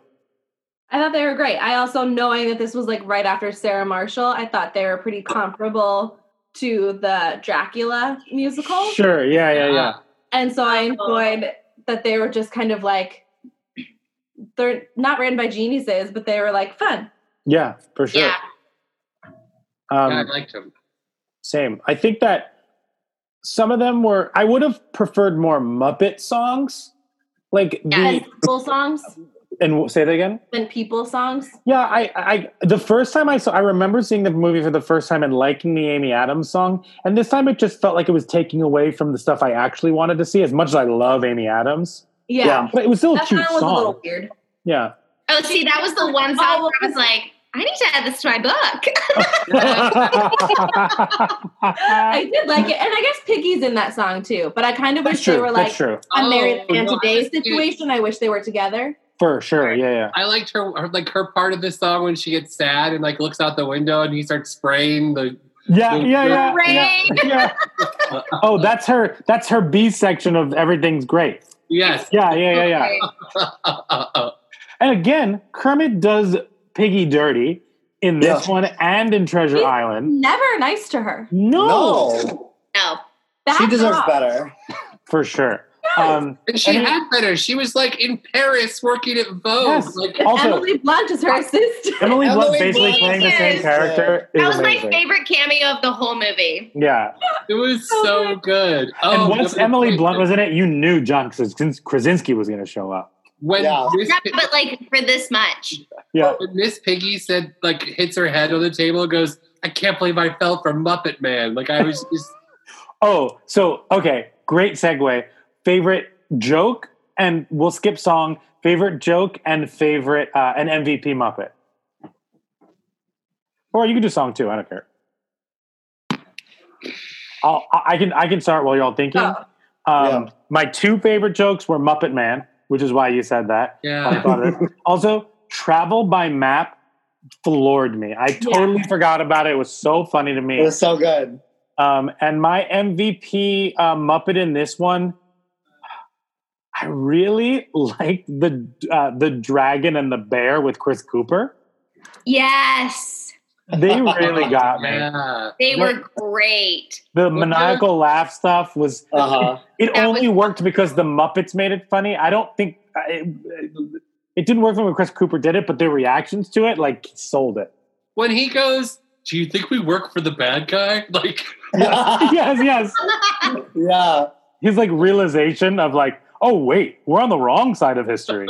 S10: I thought they were great. I also, knowing that this was like right after Sarah Marshall, I thought they were pretty comparable to the Dracula musical.
S7: Sure. Yeah, yeah, yeah.
S10: And so I enjoyed that they were just kind of like, they're not written by geniuses, but they were like fun.
S7: Yeah, for sure.
S3: Yeah.
S7: Um,
S8: yeah, I liked him.
S7: Same. I think that some of them were. I would have preferred more Muppet songs, like
S10: And
S3: Yes.
S10: people songs
S7: the and w- say that again.
S10: and people songs.
S7: Yeah, I, I the first time I saw, I remember seeing the movie for the first time and liking the Amy Adams song, and this time it just felt like it was taking away from the stuff I actually wanted to see. As much as I love Amy Adams,
S10: Yeah.
S9: Yeah.
S7: but it was still a
S10: That
S7: cute
S10: kind was a little
S7: song.
S10: weird.
S7: Yeah,
S3: Oh, see, that was the one song
S10: Oh,
S3: where I was like, I need to add this to my book.
S10: I did like it. And I guess Piggy's in that song too, but I kind of
S7: that's
S10: wish they
S7: true.
S10: were
S7: that's
S10: like
S7: true.
S10: a married
S8: Oh,
S10: man
S8: no, I
S10: today's
S8: was cute.
S10: situation. I wish they were together.
S7: For sure. Yeah, yeah.
S8: I liked her, her like her part of this song when she gets sad and like looks out the window and he starts spraying the
S7: Yeah, yeah, yeah.
S3: Rain.
S7: yeah, yeah. Oh, that's her. That's her B section of everything's great.
S8: yes. Uh,
S7: Yeah, yeah, yeah, yeah. And again, Kermit does Piggy dirty in this
S9: Yeah.
S7: one and in Treasure
S10: He-
S7: Island.
S10: Never nice to her.
S7: No,
S9: No.
S3: No.
S10: Back
S9: She deserves
S10: off.
S9: better.
S7: for sure.
S10: Yes.
S7: Um,
S8: And she
S7: And it-
S8: had better. She was like in Paris working at Vogue.
S7: Yes.
S8: Like,
S10: And
S7: Also-
S10: Emily Blunt is her assistant.
S7: Emily Blunt
S9: Emily
S7: basically
S9: Blunt
S7: playing the same
S3: is-
S7: character
S3: That
S7: is
S3: was my
S7: amazing.
S3: favorite cameo of the whole movie.
S7: Yeah,
S8: it was so good. Oh,
S7: and once
S8: no,
S9: Oh,
S7: Emily
S8: wait,
S7: Blunt was in it, you knew John Krasinski was going to show up.
S8: when
S9: Yeah.
S8: Miss
S3: Yeah,
S8: Pig-
S3: but like for this much.
S7: Yeah.
S8: when Miss Piggy said like hits her head on the table and goes, "I can't believe I fell for Muppet Man." Like I was just
S7: Oh, so okay, great segue. Favorite joke, and we'll skip song. Favorite joke and favorite uh, an MVP Muppet. Or you can do song too. I don't care. I'll, I I can I can start while you're all thinking.
S10: Oh.
S7: Um, My two favorite jokes were Muppet Man, which is why you said that. I
S8: yeah.
S7: thought of it. also, travel by map floored me. I totally forgot about it. It was so funny to me.
S9: It was so good.
S7: Um, and my MVP uh, Muppet in this one, I really liked the uh, the dragon and the bear with Chris Cooper.
S3: Yes.
S7: They really got me.
S8: Oh, Yeah.
S3: They were great.
S7: The maniacal laugh stuff was
S9: Uh huh.
S7: it
S3: That
S7: only
S3: was-
S7: worked because the Muppets made it funny. I don't think it, it didn't work for me when Chris Cooper did it, but their reactions to it like sold it.
S8: When he goes, "Do you think we work for the bad guy?" Like
S9: yeah.
S7: yes, yes.
S9: yeah.
S7: His like realization of like, oh wait, we're on the wrong side of history.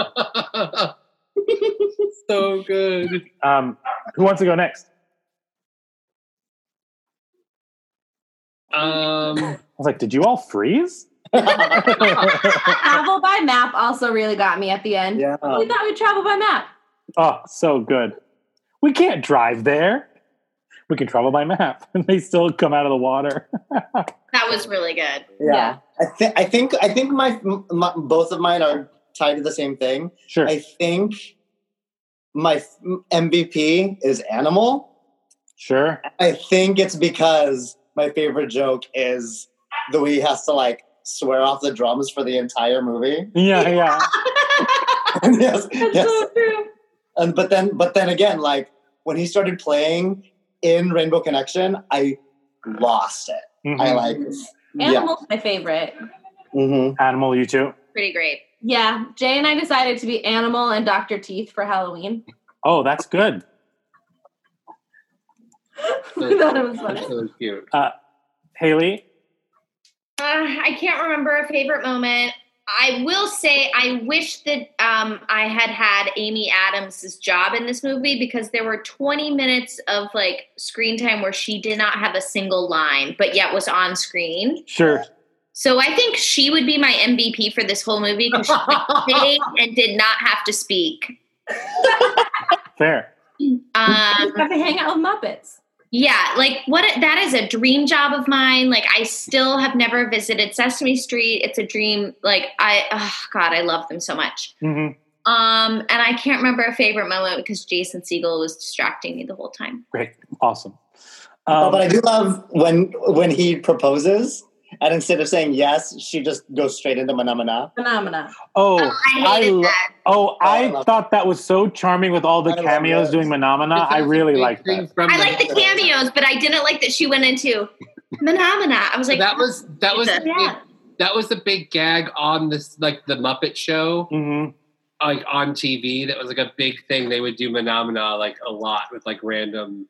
S8: so good.
S7: Um, who wants to go next?
S8: Um,
S7: I was like, did you all freeze?
S10: Travel by map also really got me at the end. We thought we'd travel by map.
S7: oh, so good. We can't drive there. We can travel by map. And they still come out of the water.
S3: That was really good.
S10: Yeah.
S9: Yeah. I, th- I think I think my, m- my both of mine are tied to the same thing.
S7: Sure.
S9: I think my f- MVP is animal.
S7: sure.
S9: I think it's because my favorite joke is the way he has to like swear off the drums for the entire movie.
S7: Yeah, yeah.
S9: yes,
S10: That's
S9: yes.
S10: so true.
S9: And but then but then again, like when he started playing in Rainbow Connection, I lost it.
S7: Mhm.
S10: Mm-hmm.
S9: I like yeah.
S10: Animal's my favorite.
S9: Mhm.
S7: Animal, you too.
S3: Pretty great.
S10: Yeah. Jay and I decided to be Animal and Dr. Teeth for Halloween.
S7: Oh, that's good.
S10: we thought it was funny.
S8: so cute.
S7: Haley?
S3: Uh, I can't remember a favorite moment. I will say I wish that um, I had had Amy Adams' job in this movie because there were 20 minutes of like screen time where she did not have a single line, but yet was on screen.
S7: Sure.
S3: So I think she would be my MVP for this whole movie because she stayed and did not have to speak.
S7: Fair.
S3: Um,
S10: We got to hang out with Muppets.
S3: Yeah, like what that is a dream job of mine. Like I still have never visited Sesame Street. It's a dream. Like I oh god, I love them so much.
S7: hmm
S3: Um and I can't remember a favorite moment because Jason Siegel was distracting me the whole time.
S7: Great. Awesome.
S9: Oh,
S7: Um,
S9: but I do love when when he proposes and instead of saying yes, she just goes straight into mana mana.
S10: Phenomena.
S7: oh,
S3: I hated
S7: lo-
S3: that.
S7: oh,
S9: I
S7: I
S9: love
S7: thought that was so charming with all the
S9: I love
S7: cameos
S9: it.
S7: doing Menomina. I really liked that.
S8: Thing from
S3: I like the cameos, but I didn't like that she went into phenomena. I was like
S8: that was that was
S3: Yeah.
S8: the big- that was the big gag on this like the Muppet Show
S7: hmm
S8: like on TV. That was like a big thing. They would do phenomena like a lot with like random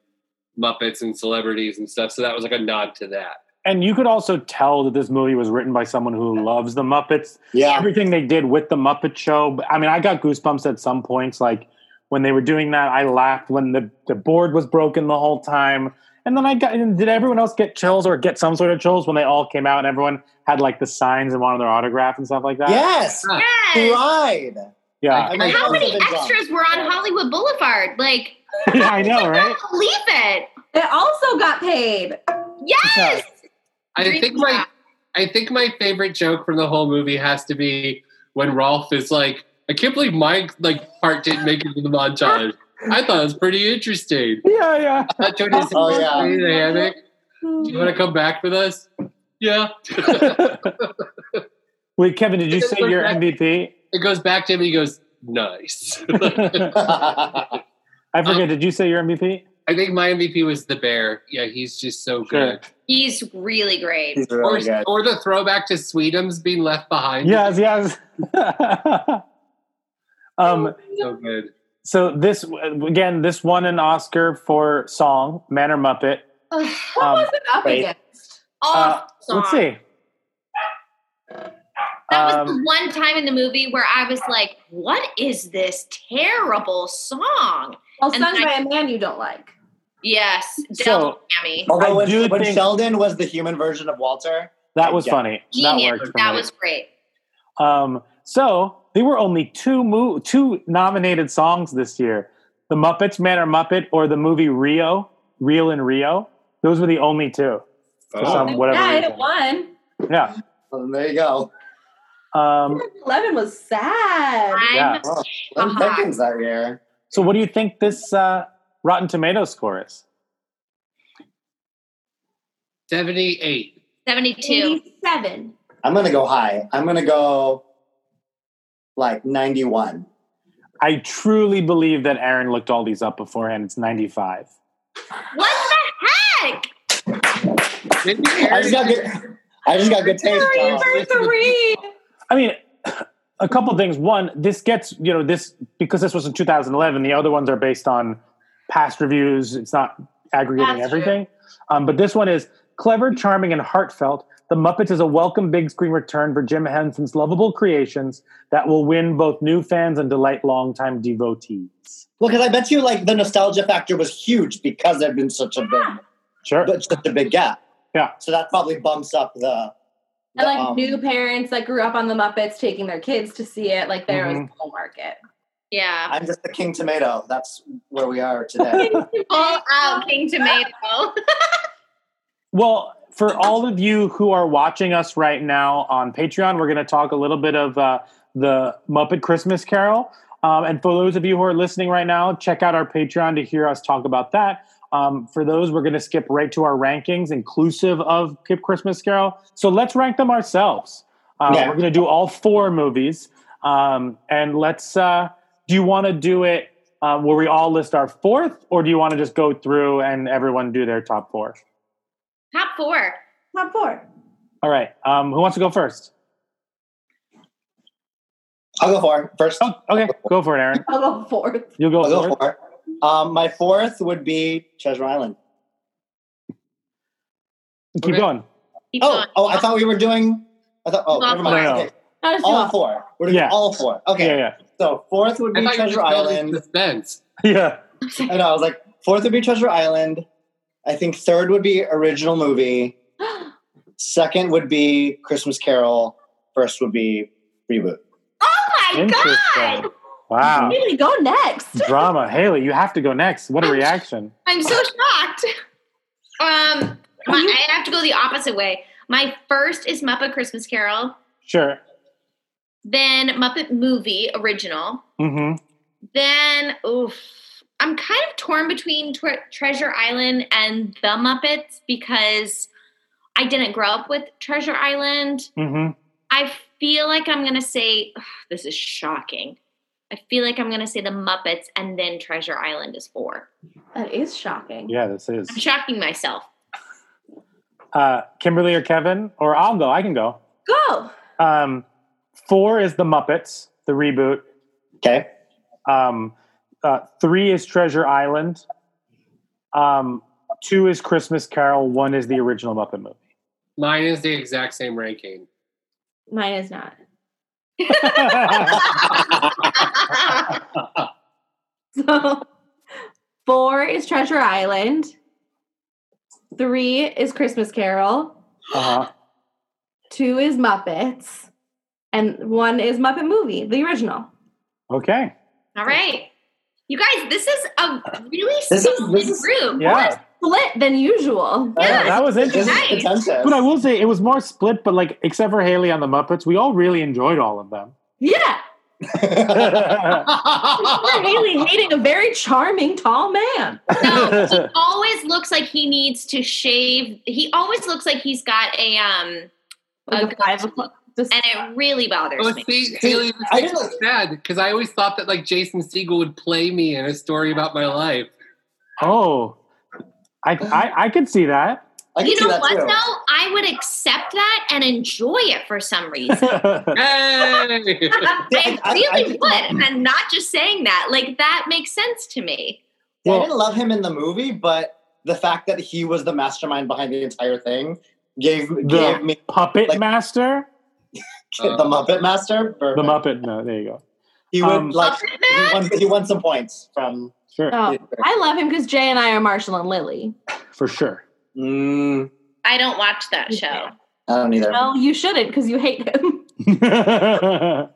S8: Muppets and celebrities and stuff. So that was like a nod to that.
S7: And you could also tell that this movie was written by someone who loves the Muppets
S9: Yeah.
S7: everything they did with the Muppet Show. but- I mean, I got goosebumps at some points. Like when they were doing that, I laughed when the, the board was broken the whole time. And then I got, and did everyone else get chills or get some sort of chills when they all came out and everyone had like the signs and wanted their autograph and stuff like that?
S9: Yes.
S7: uh,
S3: Yes.
S9: Cried.
S7: Yeah.
S9: And my
S3: How
S9: thumbs
S3: many
S9: even dropped.
S3: extras were on Hollywood Boulevard? Like
S7: yeah, I know,
S3: I
S7: right?
S3: don't believe it.
S10: They also got paid.
S3: Yes.
S8: I
S3: Dream
S8: think my
S3: job.
S8: I think my favorite joke from the whole movie has to be when Rolf is like, I can't believe my like part didn't make it to the montage. I thought it was pretty interesting.
S7: Yeah, yeah.
S8: I turned his
S9: Oh, yeah.
S8: in the hammock.
S3: Hmm.
S8: Do you want to come back with us? Yeah.
S7: Wait, Kevin, did you say your MVP?
S8: It goes back to him and he goes, nice.
S9: yeah.
S7: I forget. Did you say your MVP?
S8: I think my MVP was the bear. Yeah, he's just so
S7: Sure.
S8: good.
S3: He's really great.
S9: He's really
S8: or,
S9: good.
S8: or the throwback to Sweetums being left behind.
S7: Yes, yes. um,
S8: So good.
S7: so this again, this won an Oscar for song "Man or Muppet."
S3: Ugh,
S10: What
S7: Um,
S10: was it up
S7: Uh,
S9: wait.
S10: against?
S3: awful
S7: Let's
S3: song.
S7: see.
S3: That was
S7: Um,
S3: the one time in the movie where I was like, what is this terrible song?
S10: Well,
S3: And
S10: sung
S3: I-
S10: by a man you don't like.
S3: Yes,
S7: So-
S3: Del Tammy.
S9: Although
S7: I
S9: when,
S7: do
S9: when
S7: think-
S9: Sheldon was the human version of Walter,
S7: That was
S9: Yeah.
S7: funny. That
S3: Genius.
S7: worked.
S3: That,
S7: For me.
S3: was great.
S7: Um, so there were only two mo- two nominated songs this year: the Muppets, Man or Muppet, or the movie Rio, Real in Rio. Those were the only two. For
S8: Oh.
S7: some whatever
S10: yeah,
S7: reason.
S10: it won.
S7: Yeah.
S9: well, there you go.
S7: Um,
S10: Eleven was sad.
S3: I'm
S7: Yeah.
S9: Wow. Lynn
S3: shocked.
S9: Pickens that year.
S7: so what do you think this uh, Rotten Tomatoes score is?
S8: 78.
S3: 72.
S10: Eighty-seven.
S9: I'm gonna go high. I'm gonna go like 91.
S7: I truly believe that Aaron looked all these up beforehand. It's ninety five.
S3: What the heck?
S8: Maybe
S9: I just got good. I just got good taste. Josh.
S10: Three.
S7: I mean, a couple things. One, this gets you know this because this was in 2011. The other ones are based on past reviews. It's not aggregating
S3: That's true.
S7: everything. Um, but this one is clever, charming, and heartfelt. The Muppets is a welcome big screen return for Jim Henson's lovable creations that will win both new fans and delight longtime devotees.
S9: Well, because I bet you like the nostalgia factor was huge because there'd been such a big,
S7: Sure.
S9: but such a big gap.
S7: Yeah.
S9: So that probably bumps up the.
S10: And like
S9: Um,
S10: new parents that grew up on the Muppets taking their kids to see it, like there
S9: Mm-hmm.
S10: was a whole market.
S3: Yeah.
S9: I'm just the king tomato. That's where we are today.
S3: All out King Tomato.
S7: Well, for all of you who are watching us right now on Patreon, we're going to talk a little bit of uh, the Muppet Christmas Carol. Um, and for those of you who are listening right now, check out our Patreon to hear us talk about that. Um, for those, we're going to skip right to our rankings, inclusive of Kip Christmas Carol. So let's rank them ourselves. Uh,
S9: Yeah.
S7: We're going to do all four movies. Um, and let's, uh, do you want to do it uh, where we all list our fourth, or do you want to just go through and everyone do their top four?
S3: Top four.
S10: Top four.
S7: All right. Um, who wants to go first?
S9: I'll go for it first.
S7: Oh, okay. Go for it, Aaron.
S10: I'll go fourth.
S7: You'll go
S9: I'll
S7: first.
S9: go for it. Um, my fourth would be Treasure Island.
S7: Keep
S8: Okay.
S7: going.
S3: Keep
S9: Oh,
S3: going.
S9: oh, I thought we were doing. I thought. Oh,
S3: No,
S9: never mind.
S7: no.
S9: Okay.
S10: That was too
S9: All
S10: off.
S9: four. We're doing
S7: Yeah.
S9: all four. Okay.
S7: Yeah,
S9: So fourth would
S8: I
S9: be
S8: thought you were
S9: Treasure
S8: just building
S9: Island.
S8: Suspense.
S7: yeah. Yeah.
S9: I know. I was like, fourth would be Treasure Island. I think third would be original movie. Second would be Christmas Carol. First would be reboot.
S3: Oh my God.
S7: Interesting. Wow.
S10: Haley, go next.
S7: Drama. Haley, you have to go next. What a reaction.
S3: I'm so shocked. Um, my, I have to go the opposite way. My first is Muppet Christmas Carol,
S7: Sure.
S3: then Muppet Movie Original,
S7: hmm
S3: then oof. I'm kind of torn between Tre- Treasure Island and The Muppets because I didn't grow up with Treasure Island.
S7: hmm
S3: I feel like I'm gonna say ugh, this is shocking. I feel like I'm gonna say The Muppets and then Treasure Island is four.
S10: That is shocking.
S7: Yeah, this is.
S3: I'm shocking myself.
S7: Uh, Kimberly or Kevin, or I'll go. I can go.
S10: Go.
S7: Um, four is The Muppets, the reboot.
S9: Okay.
S7: Um, uh, three is Treasure Island. Um, two is Christmas Carol. One is the original Muppet movie.
S8: Mine is the exact same ranking.
S10: Mine is not. So four is Treasure Island. Three is Christmas Carol.
S7: uh-huh.
S10: Two is Muppets. And one is Muppet Movie, the original.
S7: Okay.
S3: All right. You guys, this is a really
S9: This is-
S3: solid
S9: this is-
S3: group.
S7: Yeah.
S10: Split than usual.
S3: Yeah.
S7: that was
S9: This is
S7: interesting.
S3: Nice.
S9: contentious.
S7: But I will say it was more split, but like except for Haley on the Muppets, we all really enjoyed all of them.
S10: Yeah. Poor
S8: I
S10: Haley hating a very charming tall man.
S3: No, he always looks like he needs to shave. He always looks like he's got a um,
S10: Like a five o'clock. Just,
S3: and it really bothers me.
S8: Oh, see, Haley, this
S9: I
S8: makes me sad because I always thought that like Jason Siegel would play me in a story about my life.
S7: Oh, I I, I could see that.
S9: I can
S3: You
S9: see
S3: know
S9: that
S3: what though?
S9: too.
S3: I would accept that and enjoy it for some reason.
S8: Hey!
S9: I- I-
S3: I really
S9: I-
S3: would, and not just saying that. Like that makes sense to me.
S9: Yeah,
S7: Well-
S9: I didn't love him in the movie, but the fact that he was the mastermind behind the entire thing gave gave me
S7: Puppet
S9: Like-
S7: Master.
S9: the Muppet Master.
S7: The
S9: Perfect.
S7: Muppet. No, there you go.
S9: He would
S7: Um,
S9: like he won, he won some points from.
S7: Sure,
S10: Oh, I love him because Jay and I are Marshall and Lily.
S7: for sure.
S9: Mm,
S3: I don't watch that show.
S9: I don't either.
S10: Well, you shouldn't because you hate him.
S7: well,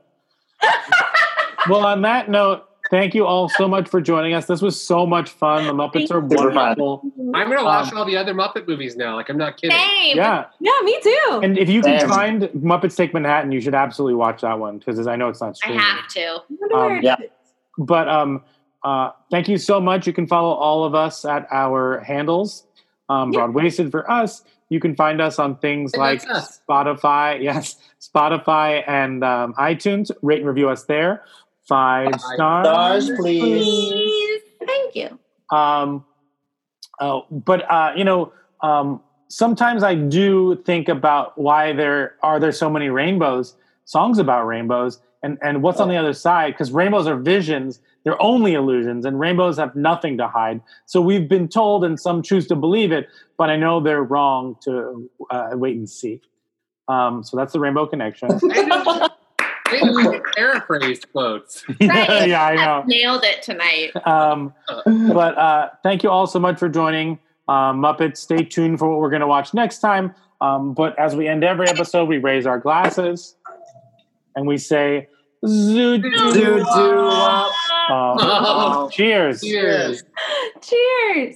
S7: on that note, thank you all so much for joining us. This was so much fun. The Muppets are
S9: Super fun.
S7: wonderful.
S8: I'm
S9: Um,
S8: gonna watch all the other Muppet movies now. Like I'm not kidding.
S3: Same.
S7: Yeah.
S10: Yeah, me too.
S7: And if you can
S9: Damn.
S7: find Muppets Take Manhattan, you should absolutely watch that one because I know it's not
S3: I
S7: streaming.
S3: have to.
S10: I wonder where
S7: um,
S10: it
S9: yeah.
S10: is.
S7: But um, uh, thank you so much. You can follow all of us at our handles. Um,
S10: Yeah.
S7: Broadwasted for us. You can find us on things
S8: Hey,
S7: like
S8: that's us.
S7: Spotify, yes, Spotify and um, iTunes. Rate and review us there. Five stars.
S9: Stars, please.
S10: Please. Thank you.
S7: Um, oh, but uh, you know, um, sometimes I do think about why there are there so many rainbows songs about rainbows, and and what's on the other side because rainbows are visions. They're only illusions, and rainbows have nothing to hide. So we've been told, and some choose to believe it, but I know they're wrong to uh, wait and see. Um, so that's the rainbow connection.
S8: Hey, those are paraphrased quotes.
S3: Right.
S7: yeah, I know.
S3: Nailed it tonight.
S7: Um, but uh, thank you all so much for joining. Um, Muppets, stay tuned for what we're going to watch next time. Um, but as we end every episode, we raise our glasses and we say, Zoo
S9: Do do.
S7: doo.
S9: up.
S7: Uh, cheers.
S8: Cheers.
S10: Cheers.